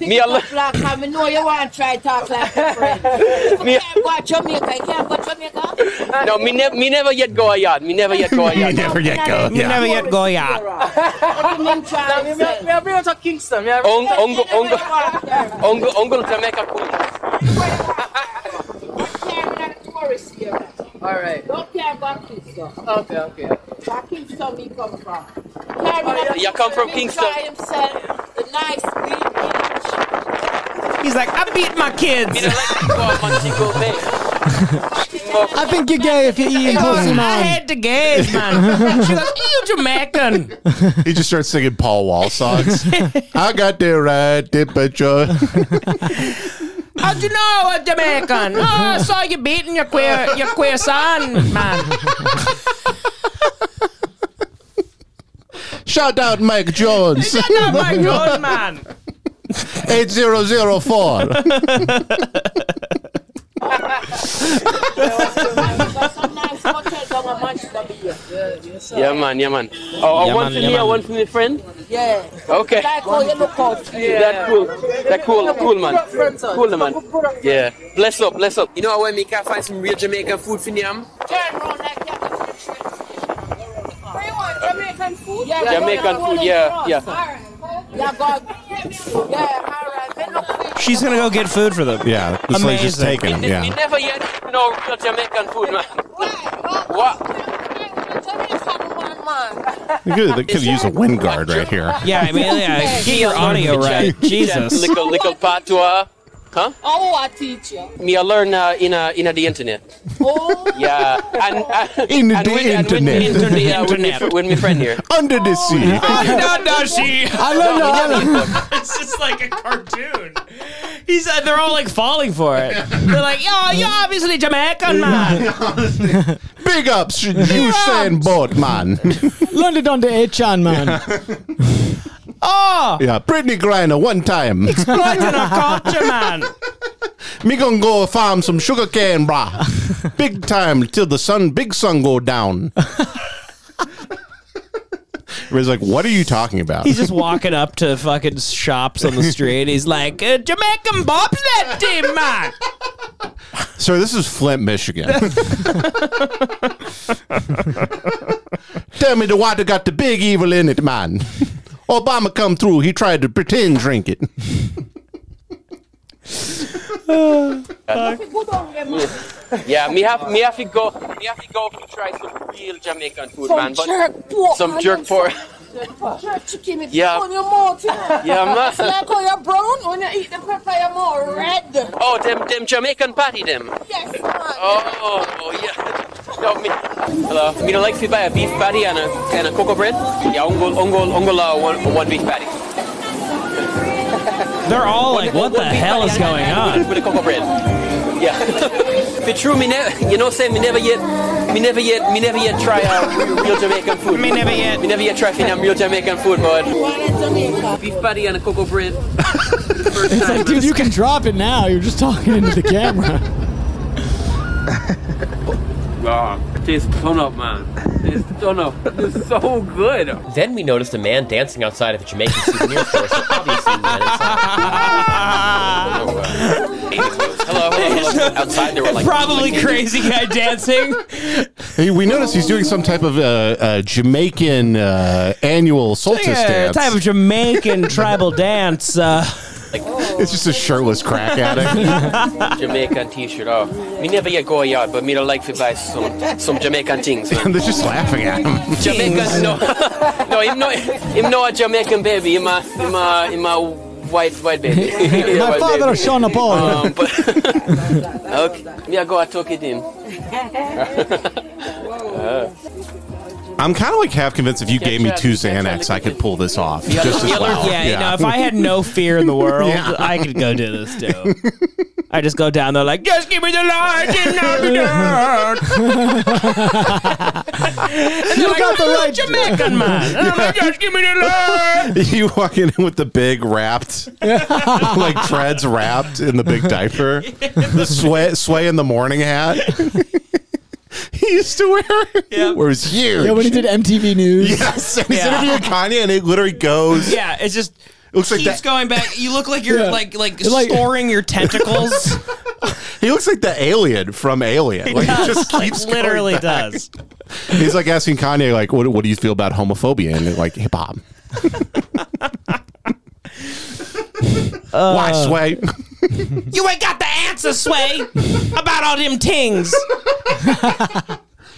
[SPEAKER 7] Me
[SPEAKER 10] It
[SPEAKER 7] al-
[SPEAKER 10] took long time. I know you want to try talk like your friend. You
[SPEAKER 7] Me-
[SPEAKER 10] can't go to Jamaica. You can't go to Jamaica.
[SPEAKER 7] no, me never, me never yet go a yard. Me never yet go a
[SPEAKER 3] You
[SPEAKER 7] yard.
[SPEAKER 3] never get go.
[SPEAKER 2] You never yet go yeah.
[SPEAKER 10] What do you mean try yourself?
[SPEAKER 7] Ongo, ongo, ongo, ongo, ongo to Jamaica. cool.
[SPEAKER 10] Carry that tourist here.
[SPEAKER 7] All right.
[SPEAKER 10] Don't care about Kingston.
[SPEAKER 7] Okay, okay.
[SPEAKER 10] Where Kingston me come from.
[SPEAKER 7] You come from Kingston.
[SPEAKER 10] Enjoy himself. The nice green beach.
[SPEAKER 2] He's like, I beat my
[SPEAKER 7] Me
[SPEAKER 2] kids.
[SPEAKER 7] don't like to go on Montego Bay. Smoke.
[SPEAKER 4] I think you're gay if you're eating pussy,
[SPEAKER 2] I
[SPEAKER 4] man.
[SPEAKER 2] had the gays, man. She goes, you Jamaican.
[SPEAKER 3] He just starts singing Paul Wall songs. I got the right temperature.
[SPEAKER 2] How'd you know I was Jamaican? Oh, I saw you beating your queer, your queer son, man.
[SPEAKER 3] Shout out Mike Jones.
[SPEAKER 2] Not my good man.
[SPEAKER 3] 8004.
[SPEAKER 7] Yeah, man, yeah, man. Oh,
[SPEAKER 10] Yeah,
[SPEAKER 7] one
[SPEAKER 10] man,
[SPEAKER 7] from
[SPEAKER 10] yeah,
[SPEAKER 7] me,
[SPEAKER 10] man.
[SPEAKER 7] one from your friend.
[SPEAKER 10] Yeah.
[SPEAKER 7] Okay.
[SPEAKER 10] Like all yellow coats.
[SPEAKER 7] Yeah. That cool. That cool, cool, man. Cool, man. Yeah. Bless up, bless up. You know where me can find some real Jamaican food for um? yam?
[SPEAKER 10] Jamaican food?
[SPEAKER 7] Jamaican food, yeah,
[SPEAKER 10] Yeah,
[SPEAKER 7] yeah.
[SPEAKER 10] God. Yeah, all right. Then look,
[SPEAKER 2] She's gonna go get food for them.
[SPEAKER 3] Yeah, this lady's just
[SPEAKER 2] Amazing.
[SPEAKER 3] taking them.
[SPEAKER 7] We
[SPEAKER 3] Yeah.
[SPEAKER 7] never yet know real Jamaican food, man. What?
[SPEAKER 3] They could, they could use a wind guard right here.
[SPEAKER 2] Yeah, I mean, yeah, get your audio right. Jesus.
[SPEAKER 7] Little, little patois. Huh?
[SPEAKER 10] Oh, I teach you.
[SPEAKER 7] Me, I learn uh, in uh, in uh, the internet.
[SPEAKER 10] Oh.
[SPEAKER 7] Yeah, and, and
[SPEAKER 3] In
[SPEAKER 7] and
[SPEAKER 3] the
[SPEAKER 7] with, and with
[SPEAKER 3] internet.
[SPEAKER 7] internet, yeah, with me fr- with my friend here.
[SPEAKER 3] Under the sea.
[SPEAKER 2] No, no, she.
[SPEAKER 4] I don't know. I don't know.
[SPEAKER 2] It's just like a cartoon. He's. Uh, they're all like falling for it. They're like, yo, you're obviously Jamaican man.
[SPEAKER 3] Big ups, you Usain Bolt, man.
[SPEAKER 4] London on the Chan man.
[SPEAKER 2] Oh,
[SPEAKER 3] Yeah, Brittany Griner, one time.
[SPEAKER 2] exploiting our culture, man.
[SPEAKER 3] Me gonna go farm some sugar cane, brah. Big time till the sun, big sun go down. Everybody's like, what are you talking about?
[SPEAKER 2] He's just walking up to fucking shops on the street. He's like, uh, Jamaican bobsled team, man.
[SPEAKER 3] Sir, this is Flint, Michigan. Tell me the water got the big evil in it, man. Obama come through, he tried to pretend drink it.
[SPEAKER 7] Yeah, me have me have to go. Me have to go to try some real Jamaican food,
[SPEAKER 10] Some
[SPEAKER 7] man. But
[SPEAKER 10] Oh, jerk pork.
[SPEAKER 7] some
[SPEAKER 10] I
[SPEAKER 7] jerk
[SPEAKER 10] love
[SPEAKER 7] pork.
[SPEAKER 10] some Jerk chicken with
[SPEAKER 7] Yeah.
[SPEAKER 10] on your mouth. You know.
[SPEAKER 7] Yeah, man.
[SPEAKER 10] It's like how you're brown when you eat the pepper, you're more red.
[SPEAKER 7] Oh, them them Jamaican patty, them.
[SPEAKER 10] Yes, man.
[SPEAKER 7] Oh, oh, yeah. No, me, hello. Me don't like to buy a beef patty and a and a cocoa bread. Yeah, ungo ungo ungo uh, one one beef patty.
[SPEAKER 2] They're all like, what the
[SPEAKER 7] One beef
[SPEAKER 2] hell
[SPEAKER 7] patty
[SPEAKER 2] is
[SPEAKER 7] and-
[SPEAKER 2] going
[SPEAKER 7] and- and
[SPEAKER 2] on?
[SPEAKER 7] With, with a cocoa bread. Yeah. if it's true, me never. You know, say me never yet. Me never yet. Me never yet try uh, real Jamaican food.
[SPEAKER 2] Me never yet.
[SPEAKER 7] Me never yet try finna real Jamaican food, but
[SPEAKER 10] Jamaica.
[SPEAKER 7] beef patty and a cocoa bread. First time.
[SPEAKER 4] Dude, you can drop it now. You're just talking into the camera.
[SPEAKER 7] Wow, tastes ton up, man. Tastes ton up. It's so good. Then we noticed a man dancing outside of a Jamaican souvenir store. So obviously, we went inside. hello, hello, hello. Outside, there were like
[SPEAKER 2] Probably crazy guy dancing.
[SPEAKER 3] Hey, we notice he's doing some type of uh, uh, Jamaican uh, annual solstice
[SPEAKER 2] Yeah,
[SPEAKER 3] dance.
[SPEAKER 2] type of Jamaican tribal dance. Uh,
[SPEAKER 3] it's just a shirtless crack addict.
[SPEAKER 7] Jamaican T-shirt. Oh, me never yet go out, but me don't like to buy some some Jamaican things. Man.
[SPEAKER 3] and they're just laughing at him.
[SPEAKER 7] Jamaican, no, no, him no, him no a Jamaican baby. Him a, him a, him a white white baby. Yeah,
[SPEAKER 4] My
[SPEAKER 7] white
[SPEAKER 4] father
[SPEAKER 7] baby.
[SPEAKER 4] Sean Paul.
[SPEAKER 7] Um, but okay, me I go I took it in.
[SPEAKER 3] I'm kind of like half convinced if you gave me
[SPEAKER 7] Chad,
[SPEAKER 3] two
[SPEAKER 7] yeah, Chad,
[SPEAKER 3] Xanax,
[SPEAKER 7] look
[SPEAKER 3] I
[SPEAKER 7] at
[SPEAKER 3] could
[SPEAKER 7] this.
[SPEAKER 3] pull this off just as
[SPEAKER 7] yeah,
[SPEAKER 3] well.
[SPEAKER 2] yeah, you know, if I had no fear in the world,
[SPEAKER 3] Yeah.
[SPEAKER 2] I could go do this too. I just go down there like, just give me the light and knock me down. you
[SPEAKER 4] got the right-
[SPEAKER 2] Jamaican man. And I'm like, just give me the light.
[SPEAKER 3] you walk in with the big wrapped, like treads wrapped in the big diaper, the sway, sway in the morning hat he used to wear. Yeah, where it was huge.
[SPEAKER 4] Yeah, when he did MTV News.
[SPEAKER 3] yes, and he's
[SPEAKER 2] Yeah.
[SPEAKER 3] interviewing Kanye, and it literally goes.
[SPEAKER 2] Yeah, it's just
[SPEAKER 3] Looks like
[SPEAKER 2] keeps
[SPEAKER 3] that-
[SPEAKER 2] going back. You look like you're
[SPEAKER 4] Yeah.
[SPEAKER 2] like like
[SPEAKER 4] It's like-
[SPEAKER 2] storing your tentacles.
[SPEAKER 3] He looks like the alien from Alien. Like he just keeps going
[SPEAKER 2] Literally
[SPEAKER 3] back.
[SPEAKER 2] does.
[SPEAKER 3] He's like asking Kanye, like, what, what do you feel about homophobia and like hip hop? Why
[SPEAKER 2] Uh.
[SPEAKER 3] sway?
[SPEAKER 2] You ain't got the answer, Sway, about all them tings,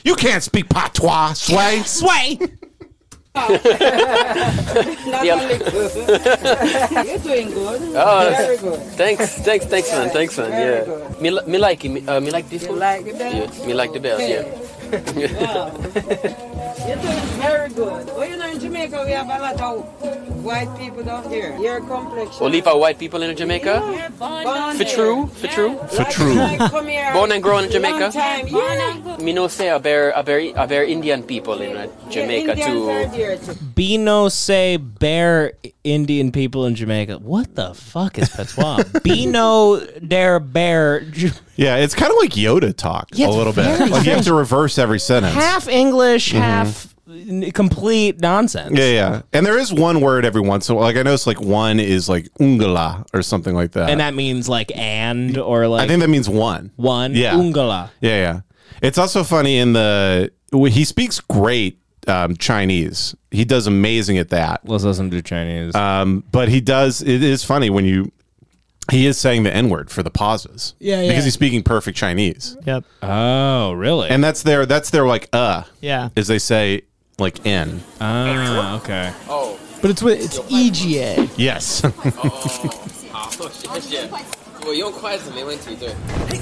[SPEAKER 3] You can't speak patois, sway.
[SPEAKER 2] Sway.
[SPEAKER 10] You're doing good.
[SPEAKER 7] Oh,
[SPEAKER 10] Very good.
[SPEAKER 7] Thanks, thanks, thanks, man. Thanks, man. Yeah. Me, li- me like it. Me, uh, me like this one.
[SPEAKER 10] Like the best.
[SPEAKER 7] Me like the best. Yeah.
[SPEAKER 10] You're doing very good. What you know in Jamaica?
[SPEAKER 12] Jamaica, we have a lot of white people down here. Your complexion.
[SPEAKER 7] Or leave out white people in Jamaica?
[SPEAKER 12] Born
[SPEAKER 7] Oh, For
[SPEAKER 12] here.
[SPEAKER 7] true, for true.
[SPEAKER 3] For true.
[SPEAKER 12] Come here.
[SPEAKER 7] Born and grown
[SPEAKER 12] Long
[SPEAKER 7] in Jamaica.
[SPEAKER 12] time, yeah.
[SPEAKER 7] Me no say a bear, a bear, a bear Indian people in uh, Jamaica
[SPEAKER 12] Indians are
[SPEAKER 7] too.
[SPEAKER 12] there, too.
[SPEAKER 2] Bino say bear Indian people in Jamaica. What the fuck is patois? Bino dare bear. J-
[SPEAKER 3] Yeah, it's kind of like Yoda talk
[SPEAKER 2] Yeah,
[SPEAKER 3] a
[SPEAKER 2] it's
[SPEAKER 3] little bit.
[SPEAKER 2] very
[SPEAKER 3] Like you have
[SPEAKER 2] strange.
[SPEAKER 3] to reverse every sentence.
[SPEAKER 2] Half English,
[SPEAKER 3] Mhm.
[SPEAKER 2] half n- complete nonsense.
[SPEAKER 3] Yeah, yeah. And there is one word every once in a while. Like I noticed like one is like ungala or something like that.
[SPEAKER 2] and that means like and or like
[SPEAKER 3] I think that means one.
[SPEAKER 2] One.
[SPEAKER 3] Yeah.
[SPEAKER 2] Ungala.
[SPEAKER 3] Yeah, yeah. It's also funny in the wh- he speaks great um, Chinese. He does amazing at that.
[SPEAKER 2] Let's listen to Chinese.
[SPEAKER 3] Um, but he does. It is funny when you he is saying the N word for the pauses.
[SPEAKER 4] Yeah, yeah.
[SPEAKER 3] Because he's speaking perfect Chinese.
[SPEAKER 4] Yep.
[SPEAKER 2] Oh, really?
[SPEAKER 3] And that's their that's their like uh.
[SPEAKER 4] Yeah.
[SPEAKER 3] Is they say like N.
[SPEAKER 2] Ah, okay.
[SPEAKER 7] Oh.
[SPEAKER 4] But it's e- with it's EGA.
[SPEAKER 3] Yes.
[SPEAKER 7] Hey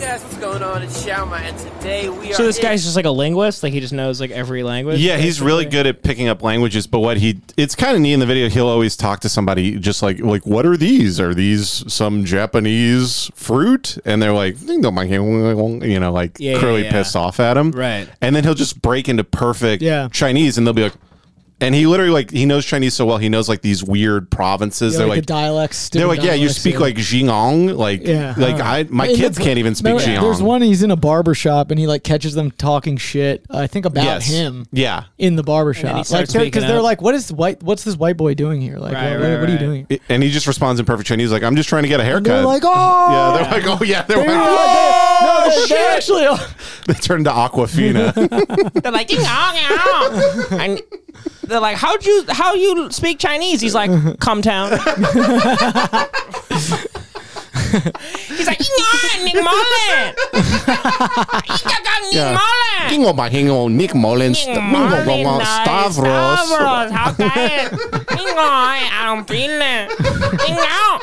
[SPEAKER 7] guys, what's going on? It's Xiaoma, and today we
[SPEAKER 2] So this guy's just like a linguist, like he just knows like every language.
[SPEAKER 3] Yeah, he's really good at picking up languages, but what he it's kind of neat in the video, he'll always talk to somebody just like like what are these? Are these some Japanese fruit? And they're like, "Ding dong, my hand," you know, like
[SPEAKER 2] Yeah, yeah,
[SPEAKER 3] curly
[SPEAKER 2] yeah.
[SPEAKER 3] pissed off at him.
[SPEAKER 2] Right.
[SPEAKER 3] And then he'll just break into perfect
[SPEAKER 2] Yeah.
[SPEAKER 3] Chinese and they'll be like and he literally like he knows Chinese so well, he knows like these weird provinces.
[SPEAKER 4] Yeah,
[SPEAKER 3] they're
[SPEAKER 4] like
[SPEAKER 3] like,
[SPEAKER 4] the dialects,
[SPEAKER 3] They're
[SPEAKER 4] different
[SPEAKER 3] like, yeah, you
[SPEAKER 4] dialects,
[SPEAKER 3] speak
[SPEAKER 4] yeah.
[SPEAKER 3] like Xingong, like
[SPEAKER 4] Yeah. uh-huh.
[SPEAKER 3] like I my
[SPEAKER 4] And
[SPEAKER 3] kids
[SPEAKER 4] the-
[SPEAKER 3] can't even speak
[SPEAKER 4] remember,
[SPEAKER 3] Xingong.
[SPEAKER 4] There's one he's in a barber shop and he like catches them talking shit. I think about
[SPEAKER 3] Yes.
[SPEAKER 4] him.
[SPEAKER 3] Yeah.
[SPEAKER 4] In the barber
[SPEAKER 3] then he
[SPEAKER 4] shop, like
[SPEAKER 3] starts
[SPEAKER 4] because
[SPEAKER 3] speaking
[SPEAKER 4] they're,
[SPEAKER 3] up.
[SPEAKER 4] like, what is white? What's this white boy doing here? Like, what, what are you doing?
[SPEAKER 3] I- And he just responds in perfect Chinese, like, I'm just trying to get a haircut.
[SPEAKER 4] They're like, oh,
[SPEAKER 3] yeah, they're like, oh, yeah. They're
[SPEAKER 4] They were
[SPEAKER 3] like,
[SPEAKER 4] like,
[SPEAKER 3] oh!
[SPEAKER 4] they- no, they're, they're actually.
[SPEAKER 3] They turned to Aquafina.
[SPEAKER 2] They're like ding dong, dong. and they're like, how'd you how you speak Chinese? He's like, come town. He's like, "Ning on, ning on."
[SPEAKER 3] yeah. King of my king of Nick Mullins. Ning of my- Stavros.
[SPEAKER 2] I'm feeling. Ding dong.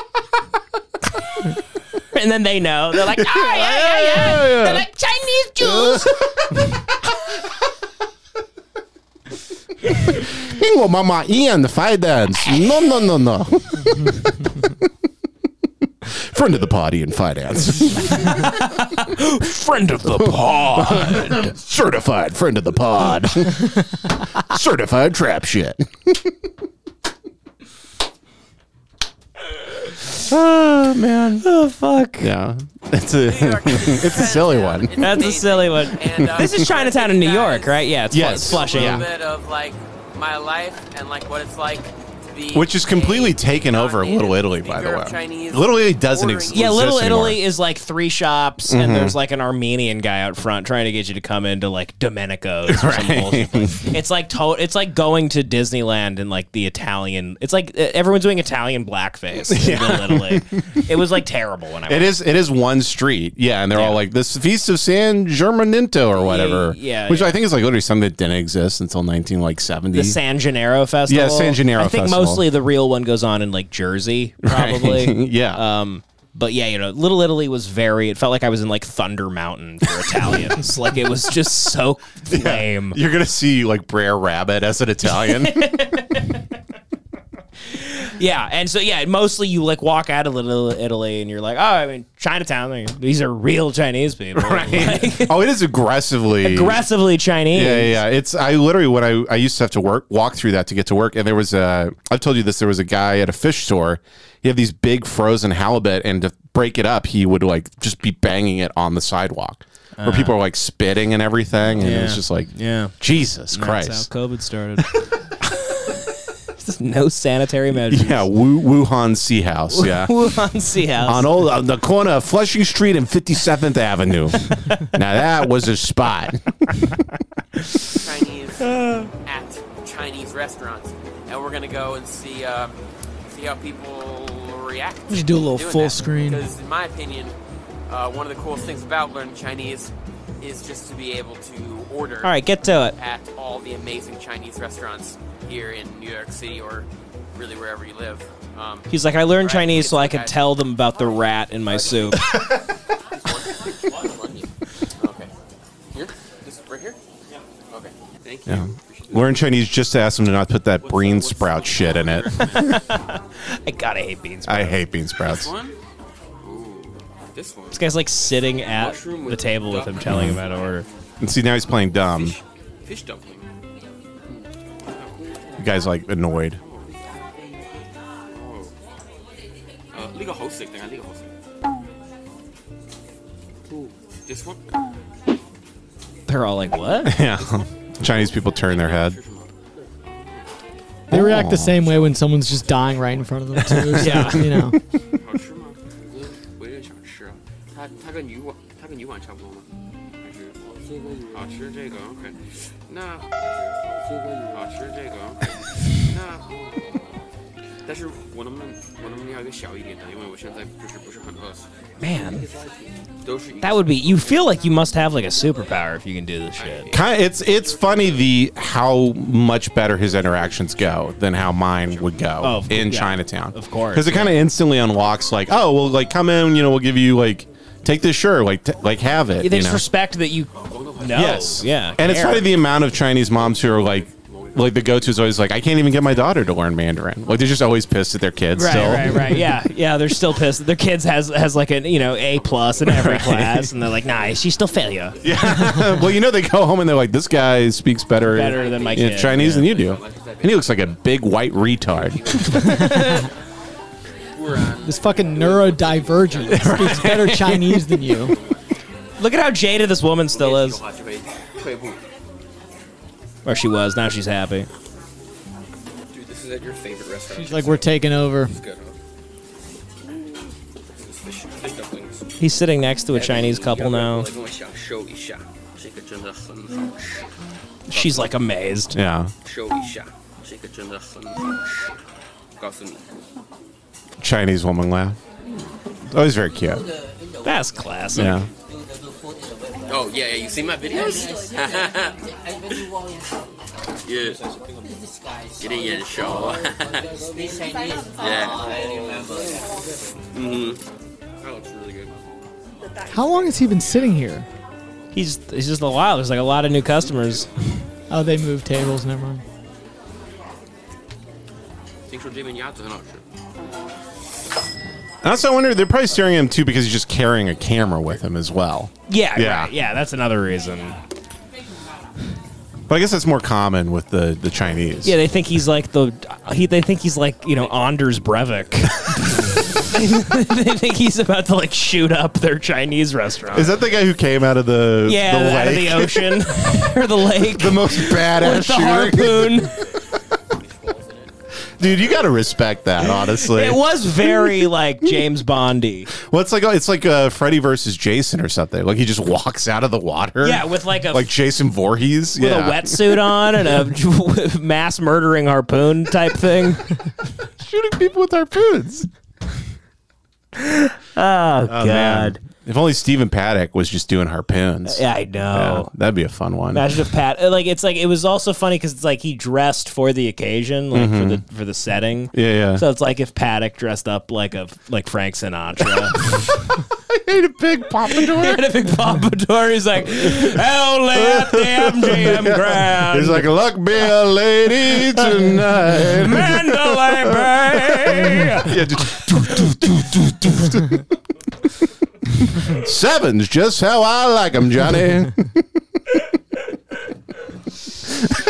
[SPEAKER 2] And then they know. They're like, oh, yeah, yeah, yeah. They're like, Chinese Jews.
[SPEAKER 3] King of Mama Ian Finance. No, no, no, no. Friend of the party in finance.
[SPEAKER 2] Friend of the pod.
[SPEAKER 3] Certified friend of the pod. Certified trap shit.
[SPEAKER 2] Oh man. Oh fuck.
[SPEAKER 3] Ah, Yeah. It's a, it's a silly one.
[SPEAKER 2] That's a silly one.
[SPEAKER 7] uh,
[SPEAKER 2] this is Chinatown in New York, right? Yeah, it's fl-
[SPEAKER 3] Yes.
[SPEAKER 2] Flushing.
[SPEAKER 3] Yeah.
[SPEAKER 7] bit of like my life and like what it's like to be.
[SPEAKER 3] Which is completely taken over Little Italy, by the
[SPEAKER 7] Speaker
[SPEAKER 3] way.
[SPEAKER 7] of Chinese
[SPEAKER 3] Little Italy doesn't ex- exist.
[SPEAKER 2] Yeah, Little
[SPEAKER 3] anymore.
[SPEAKER 2] Italy is like three shops, and
[SPEAKER 3] Mhm.
[SPEAKER 2] there's like an Armenian guy out front trying to get you to come into like Domenico's. Or some bullshit. It's like to- it's like going to Disneyland and like the Italian. It's like uh, everyone's doing Italian blackface in Little Italy. It was like terrible when I
[SPEAKER 3] It is. It is one street. Yeah, and they're all like this feast of San Germanento or whatever.
[SPEAKER 2] yeah,
[SPEAKER 3] which
[SPEAKER 2] yeah.
[SPEAKER 3] I think is like literally something that didn't exist until nineteen like seventy.
[SPEAKER 2] the San Gennaro Festival.
[SPEAKER 3] Yeah, San Gennaro
[SPEAKER 2] I think
[SPEAKER 3] Festival.
[SPEAKER 2] mostly the real one goes on in like Jersey, probably.
[SPEAKER 3] yeah.
[SPEAKER 2] Um, but yeah, you know, Little Italy was very. It felt like I was in like Thunder Mountain for Italians. like it was just so lame.
[SPEAKER 3] You're gonna see like Brer Rabbit as an Italian.
[SPEAKER 2] Yeah, and so yeah, mostly you like walk out of Little Italy and you're like, oh, I mean Chinatown. like, These are real Chinese people, Like,
[SPEAKER 3] oh, it is aggressively
[SPEAKER 2] aggressively Chinese.
[SPEAKER 3] Yeah, yeah, yeah. It's I literally when I I used to have to work walk through that to get to work, and there was a I've told you this. There was a guy at a fish store. He had these big frozen halibut, and to break it up, he would like just be banging it on the sidewalk, where people are like spitting and everything, and it was
[SPEAKER 2] Yeah.
[SPEAKER 3] just like,
[SPEAKER 2] yeah,
[SPEAKER 3] Jesus
[SPEAKER 2] And That's
[SPEAKER 3] Christ.
[SPEAKER 2] how COVID started. no sanitary measures.
[SPEAKER 3] Yeah, Wu, Wuhan Sea House. Yeah.
[SPEAKER 2] Wuhan Sea House.
[SPEAKER 3] On old on the corner of Flushing Street and 57th Avenue. now that was a spot.
[SPEAKER 7] Chinese
[SPEAKER 2] Uh.
[SPEAKER 7] at Chinese restaurants, and we're gonna go and see uh, see how people react.
[SPEAKER 4] We should do a little full screen.
[SPEAKER 7] Because in my opinion, uh, one of the coolest things about learning Chinese is just to be able to order.
[SPEAKER 2] All right, get to it.
[SPEAKER 7] At all the amazing Chinese restaurants here in New York City, or really wherever you live. Um,
[SPEAKER 2] He's like, I learned
[SPEAKER 7] all right,
[SPEAKER 2] Chinese so I
[SPEAKER 7] guys.
[SPEAKER 2] could tell them about the rat in my soup.
[SPEAKER 7] okay. Here, this right here. Yeah. Okay. Thank you.
[SPEAKER 3] Yeah. Learn Chinese just to ask them to not put that bean sprout shit in it.
[SPEAKER 2] I gotta hate beans.
[SPEAKER 3] I hate bean sprouts.
[SPEAKER 7] This one.
[SPEAKER 2] This guy's like sitting at the table with him, telling him how to order.
[SPEAKER 3] And see, now he's playing dumb.
[SPEAKER 7] Fish dumpling.
[SPEAKER 3] The guy's like annoyed.
[SPEAKER 7] Uh, liga hosik. Tengah liga hosik. Ooh, This one.
[SPEAKER 2] They're all like, "What?"
[SPEAKER 3] Yeah. Chinese people turn their head.
[SPEAKER 4] They react the same way when someone's just dying right in front of them too. So,
[SPEAKER 2] Yeah.
[SPEAKER 4] you know.
[SPEAKER 7] 好吃吗？我我有点想吃啊。它它跟鱼丸它跟鱼丸差不多吗？还是好吃这个 OK？那好吃这个 OK？那但是我能不能我能不能要一个小一点的？因为我现在就是不是很饿死。
[SPEAKER 2] Man.
[SPEAKER 7] 都是一
[SPEAKER 2] That would be. You feel like you must have like a superpower if you can do this shit.
[SPEAKER 3] Kind it's it's funny the how much better his interactions go than how mine would go
[SPEAKER 2] Oh, of-
[SPEAKER 3] in
[SPEAKER 2] yeah.
[SPEAKER 3] Chinatown.
[SPEAKER 2] Of course.
[SPEAKER 3] because it kind of instantly unlocks like, oh, well, like come in, you know, we'll give you like take this shirt, like t- like have it.
[SPEAKER 2] Yeah,
[SPEAKER 3] you
[SPEAKER 2] There's
[SPEAKER 3] know?
[SPEAKER 2] respect that you know.
[SPEAKER 3] Yes.
[SPEAKER 2] Yeah.
[SPEAKER 3] And it's
[SPEAKER 2] care.
[SPEAKER 3] funny the amount of Chinese moms who are like, like the go-to is always like, I can't even get my daughter to learn Mandarin. Like they're just always pissed at their kids.
[SPEAKER 2] Right,
[SPEAKER 3] still.
[SPEAKER 2] right, right. Yeah, yeah. They're still pissed. Their kids has has like an you know A plus in every class, and they're like, nah, she's still failure.
[SPEAKER 3] Yeah. well, you know, they go home and they're like, this guy speaks better,
[SPEAKER 2] Better than my
[SPEAKER 3] in
[SPEAKER 2] kid, yeah.
[SPEAKER 3] Chinese than you do. And he looks like a big white retard.
[SPEAKER 4] This fucking neurodivergent speaks better Chinese than you.
[SPEAKER 2] Look at how jaded this woman still is.
[SPEAKER 7] 话就会退步。
[SPEAKER 2] Or she was. Now she's happy.
[SPEAKER 7] Dude, this is at your favorite restaurant.
[SPEAKER 4] She's like, we're taking over.
[SPEAKER 7] It's good, huh? This is fish, fish dumplings.
[SPEAKER 2] He's sitting next to a Chinese couple now.
[SPEAKER 7] 我跟我想show一下，这个真的很好吃。
[SPEAKER 2] She's like amazed.
[SPEAKER 3] Yeah.
[SPEAKER 7] show 一下，这个真的很好吃。告诉你，
[SPEAKER 3] Chinese woman laugh. Always very cute.
[SPEAKER 2] That's classic.
[SPEAKER 3] Yeah.
[SPEAKER 7] Oh yeah, yeah. You see my videos? yeah. You didn't get a show. Oh, yeah. Mm-hmm. That looks really good.
[SPEAKER 4] How long has he been sitting here?
[SPEAKER 2] He's he's just a while. There's like a lot of new customers.
[SPEAKER 4] Oh, they moved tables. Never mind.
[SPEAKER 7] 听说这边鸭子很好吃。
[SPEAKER 3] And also, I wonder, they're probably staring at him too because he's just carrying a camera with him as well.
[SPEAKER 2] Yeah,
[SPEAKER 3] Yeah.
[SPEAKER 2] yeah, right. yeah. That's another reason.
[SPEAKER 3] But I guess that's more common with the, the Chinese.
[SPEAKER 2] Yeah, they think he's like the he. They think he's like you know Anders Breivik. they think he's about to like shoot up their Chinese restaurant.
[SPEAKER 3] Is that the guy who came out of the,
[SPEAKER 2] yeah,
[SPEAKER 3] the
[SPEAKER 2] out of the
[SPEAKER 3] lake?
[SPEAKER 2] ocean or the lake
[SPEAKER 3] the most
[SPEAKER 2] with
[SPEAKER 3] badass
[SPEAKER 2] the
[SPEAKER 3] shooter?
[SPEAKER 2] harpoon.
[SPEAKER 3] Dude, you got to respect that, honestly.
[SPEAKER 2] It was very like James Bondy.
[SPEAKER 3] Well, it's like it's like uh, Freddy versus Jason or something. Like he just walks out of the water.
[SPEAKER 2] Yeah, with like a
[SPEAKER 3] like Jason Voorhees.
[SPEAKER 2] with
[SPEAKER 3] yeah,
[SPEAKER 2] a wetsuit on and a mass murdering harpoon type thing.
[SPEAKER 3] shooting people with harpoons.
[SPEAKER 2] Oh,
[SPEAKER 3] Oh, man.
[SPEAKER 2] god.
[SPEAKER 3] If only Stephen Paddock was just doing harpoons.
[SPEAKER 2] Yeah, I
[SPEAKER 3] Yeah,
[SPEAKER 2] know.
[SPEAKER 3] that'd be a fun one.
[SPEAKER 2] Imagine if Pat uh, like it's like it was also funny because it's like he dressed for the occasion, like for the for the setting.
[SPEAKER 3] Mm-hmm. Yeah, yeah.
[SPEAKER 2] So it's like if Paddock dressed up like a like Frank Sinatra
[SPEAKER 3] Ate a big pompadour.
[SPEAKER 2] and a big pompadour, he's like, "Hell, let the MGM ground,
[SPEAKER 3] He's like, luck be a lady tonight.
[SPEAKER 2] Mandalay Bay."
[SPEAKER 3] yeah, just, doo, doo, doo, doo, doo, doo. Seven's just how I like 'em, Johnny.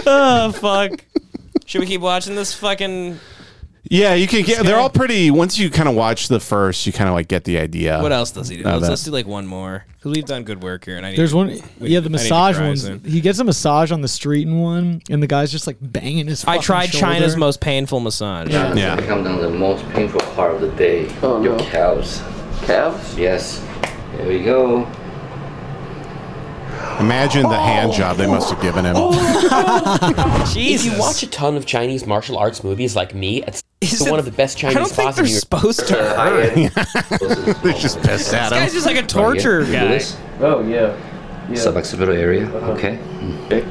[SPEAKER 2] oh fuck! Should we keep watching this fucking?
[SPEAKER 3] Yeah, you can get. They're all pretty. Once you kind of watch the first, you kind of like get the idea.
[SPEAKER 2] What else does he do?
[SPEAKER 3] Not
[SPEAKER 2] Let's,
[SPEAKER 3] bad.
[SPEAKER 2] let's do like one more because we've done good work here, and I need
[SPEAKER 4] There's one. Yeah,
[SPEAKER 2] I need
[SPEAKER 4] the
[SPEAKER 2] to
[SPEAKER 4] massage
[SPEAKER 2] try
[SPEAKER 4] ones.
[SPEAKER 2] soon.
[SPEAKER 4] He gets a massage on the street in one, and the guy's just like banging his.
[SPEAKER 2] I
[SPEAKER 4] fucking
[SPEAKER 2] tried China's
[SPEAKER 4] shoulder.
[SPEAKER 2] most painful massage.
[SPEAKER 4] Yeah.
[SPEAKER 3] Yeah.
[SPEAKER 13] Come down the most painful part of the day. your calves. Calves? Yes. Here we go.
[SPEAKER 3] Imagine the
[SPEAKER 13] Oh.
[SPEAKER 3] hand job they must have given him.
[SPEAKER 2] Jesus.
[SPEAKER 7] If you watch a ton of Chinese martial arts movies like me, it's
[SPEAKER 2] Is
[SPEAKER 7] one
[SPEAKER 2] it-
[SPEAKER 7] of the best
[SPEAKER 2] I
[SPEAKER 7] Chinese
[SPEAKER 2] don't think they're
[SPEAKER 7] bosses you're
[SPEAKER 2] supposed to hurt.
[SPEAKER 3] They're just pissed
[SPEAKER 2] This
[SPEAKER 3] at
[SPEAKER 2] guy's
[SPEAKER 3] him.
[SPEAKER 2] just like a torture
[SPEAKER 13] You do
[SPEAKER 2] guy.
[SPEAKER 13] this?
[SPEAKER 7] Oh yeah.
[SPEAKER 13] Suboccipital area. Okay.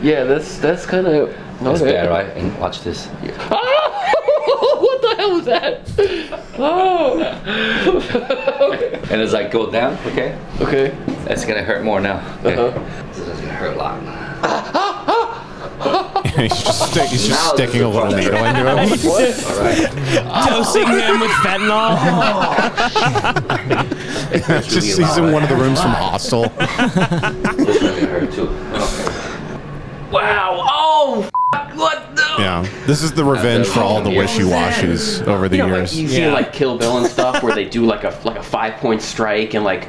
[SPEAKER 7] Yeah, that's that's kind of
[SPEAKER 13] That's bad, right? And watch this.
[SPEAKER 7] what the hell was that? Oh.
[SPEAKER 13] And as I go down, okay, Uh-huh.
[SPEAKER 7] Okay.
[SPEAKER 13] that's gonna hurt more now. Okay. This is gonna hurt a lot.
[SPEAKER 3] he's just, sti- he's just
[SPEAKER 13] Now
[SPEAKER 3] sticking
[SPEAKER 13] this
[SPEAKER 3] a
[SPEAKER 13] is
[SPEAKER 3] little
[SPEAKER 13] funny.
[SPEAKER 3] needle into him.
[SPEAKER 13] What? All right.
[SPEAKER 2] Dosing him with fentanyl.
[SPEAKER 3] just, he's in one of the rooms from Hostel.
[SPEAKER 13] This one hurt too.
[SPEAKER 14] Wow. Oh, f- what the?
[SPEAKER 3] Yeah, this is the revenge for all the wishy washies over the
[SPEAKER 13] you know,
[SPEAKER 3] years.
[SPEAKER 13] Like, you see like Kill Bill and stuff where they do like a like a five point strike and like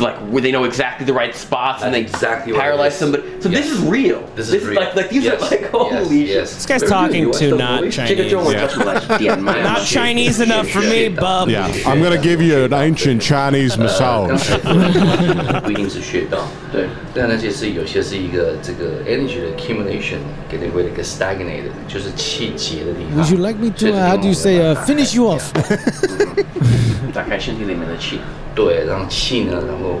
[SPEAKER 13] like where they know exactly the right spots and they exactly
[SPEAKER 2] what it
[SPEAKER 13] paralyze
[SPEAKER 2] is.
[SPEAKER 13] somebody. So this is real. This is,
[SPEAKER 2] real.
[SPEAKER 13] like like these
[SPEAKER 2] Yes.
[SPEAKER 13] are like holy shit.
[SPEAKER 2] This guy's talking to not Chinese. Not Chinese enough for me, bub.
[SPEAKER 3] Yeah, I'm gonna give you an ancient Chinese massage.
[SPEAKER 13] 不一定是穴道，对，但那些是有些是一个这个 energy 的 accumulation，给那个 stagnated，就是气结的地方。
[SPEAKER 4] Would you like me to, uh, how do you say, uh, finish you off?
[SPEAKER 13] 打开身体里面的气，对，让气呢能够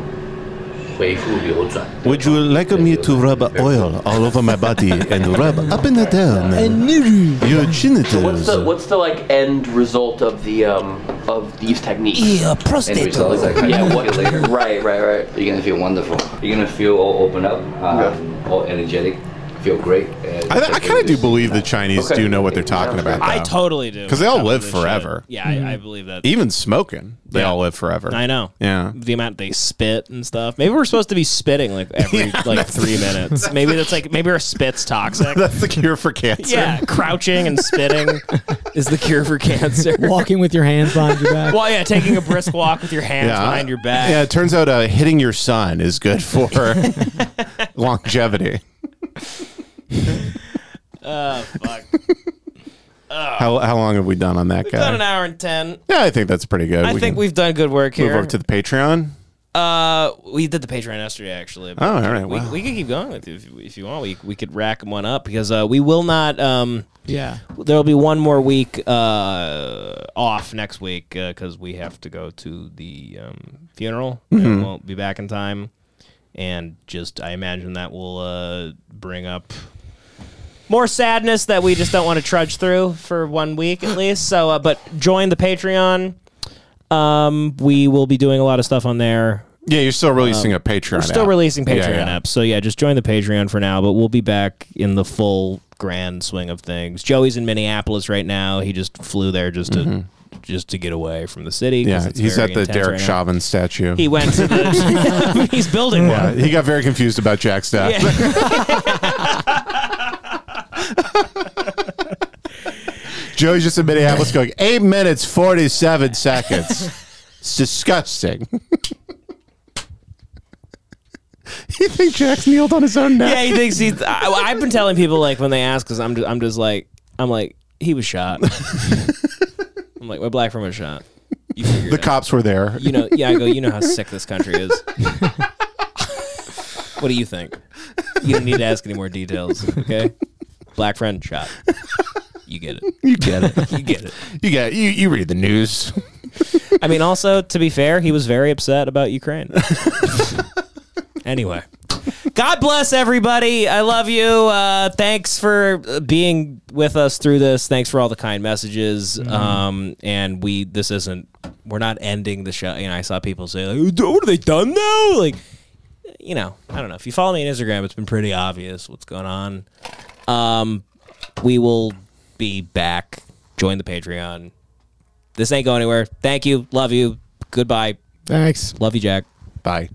[SPEAKER 13] 恢复流转。
[SPEAKER 3] Would you like me to rub oil all over my body and rub up and down your
[SPEAKER 13] What's the what's the like end result of the um of these techniques?
[SPEAKER 14] Yeah,
[SPEAKER 13] End
[SPEAKER 14] prostate.
[SPEAKER 13] result is like, yeah, what later? Right, right, right. You're gonna feel wonderful. You're gonna feel all open up, um, all energetic, feel great. And
[SPEAKER 3] I, I kind of do believe the Chinese
[SPEAKER 13] Okay.
[SPEAKER 3] do know what they're talking about.
[SPEAKER 2] I totally do.
[SPEAKER 3] Because they all
[SPEAKER 2] That
[SPEAKER 3] live
[SPEAKER 2] shit.
[SPEAKER 3] forever.
[SPEAKER 2] Yeah, I, I believe that.
[SPEAKER 3] Even smoking, they all live forever.
[SPEAKER 2] I know.
[SPEAKER 3] Yeah.
[SPEAKER 2] The amount they spit and stuff. Maybe we're supposed to be spitting like every like three minutes. Maybe that's like maybe our spit's toxic.
[SPEAKER 3] That's the cure for cancer.
[SPEAKER 2] Yeah, crouching and spitting is the cure for cancer.
[SPEAKER 4] Walking with your hands behind your back.
[SPEAKER 2] Well, yeah, taking a brisk walk with your hands behind your back.
[SPEAKER 3] Yeah, it turns out uh, hitting your son is good for longevity.
[SPEAKER 2] Oh fuck. Oh.
[SPEAKER 3] How, how long have we done on that
[SPEAKER 2] We've
[SPEAKER 3] guy?
[SPEAKER 2] done an hour and ten.
[SPEAKER 3] Yeah, I think that's pretty good.
[SPEAKER 2] I think
[SPEAKER 3] can
[SPEAKER 2] we've done good work
[SPEAKER 3] move
[SPEAKER 2] here.
[SPEAKER 3] over to the Patreon.
[SPEAKER 2] Uh, we did the Patreon yesterday, actually.
[SPEAKER 3] Oh, all right,
[SPEAKER 2] We,
[SPEAKER 3] wow.
[SPEAKER 2] we could keep going with you if, if you want. We we could rack them one up because uh, we will not. Um,
[SPEAKER 4] Yeah.
[SPEAKER 2] There will be one more week uh, off next week because we have to go to the um, funeral.
[SPEAKER 3] Mhm.
[SPEAKER 2] We won't be back in time, and just I imagine that will uh, bring up more sadness that we just don't want to trudge through for one week at least. So, uh, but join the Patreon. Um, we will be doing a lot of stuff on there.
[SPEAKER 3] Yeah, you're still releasing a Patreon
[SPEAKER 2] Um, We're still
[SPEAKER 3] app.
[SPEAKER 2] releasing
[SPEAKER 3] Yeah,
[SPEAKER 2] Patreon
[SPEAKER 3] yeah.
[SPEAKER 2] apps. So yeah, just join the Patreon for now. But we'll be back in the full grand swing of things. Joey's in Minneapolis right now. He just flew there just to
[SPEAKER 3] Mhm.
[SPEAKER 2] just to get away from the city. 'cause
[SPEAKER 3] Yeah,
[SPEAKER 2] it's
[SPEAKER 3] he's
[SPEAKER 2] very
[SPEAKER 3] at the
[SPEAKER 2] intense
[SPEAKER 3] Derek
[SPEAKER 2] right now.
[SPEAKER 3] Chauvin statue.
[SPEAKER 2] He went to the. he's building
[SPEAKER 3] Yeah,
[SPEAKER 2] one.
[SPEAKER 3] he got very confused about Jack Staff. Joey's just in Minneapolis going, eight minutes, 47 seconds. It's disgusting. you think Jack's kneeled on his own neck?
[SPEAKER 2] yeah, he thinks he's. I, I've been telling people like when they ask, because I'm just, I'm just like I'm like he was shot. I'm like my black friend was shot. You figured
[SPEAKER 3] The cops were there.
[SPEAKER 2] You know, yeah. I go. You know how sick this country is. what do you think? You don't need to ask any more details. Okay. Black friend shot. You get it.
[SPEAKER 3] You get it.
[SPEAKER 2] you get it.
[SPEAKER 3] You get you. You read the news.
[SPEAKER 2] I mean, also to be fair, he was very upset about Ukraine. anyway. God bless everybody. I love you. Uh, thanks for uh, being with us through this. Thanks for all the kind messages. Um, and we this isn't we're not ending the show. You know, I saw people say like, "Oh, "What are they done now?" Like, you know, I don't know. If you follow me on Instagram, it's been pretty obvious what's going on. Um, we will be back. Join the Patreon. This ain't going anywhere. Thank you. Love you. Goodbye.
[SPEAKER 4] Thanks.
[SPEAKER 2] Love you, Jack.
[SPEAKER 3] Bye.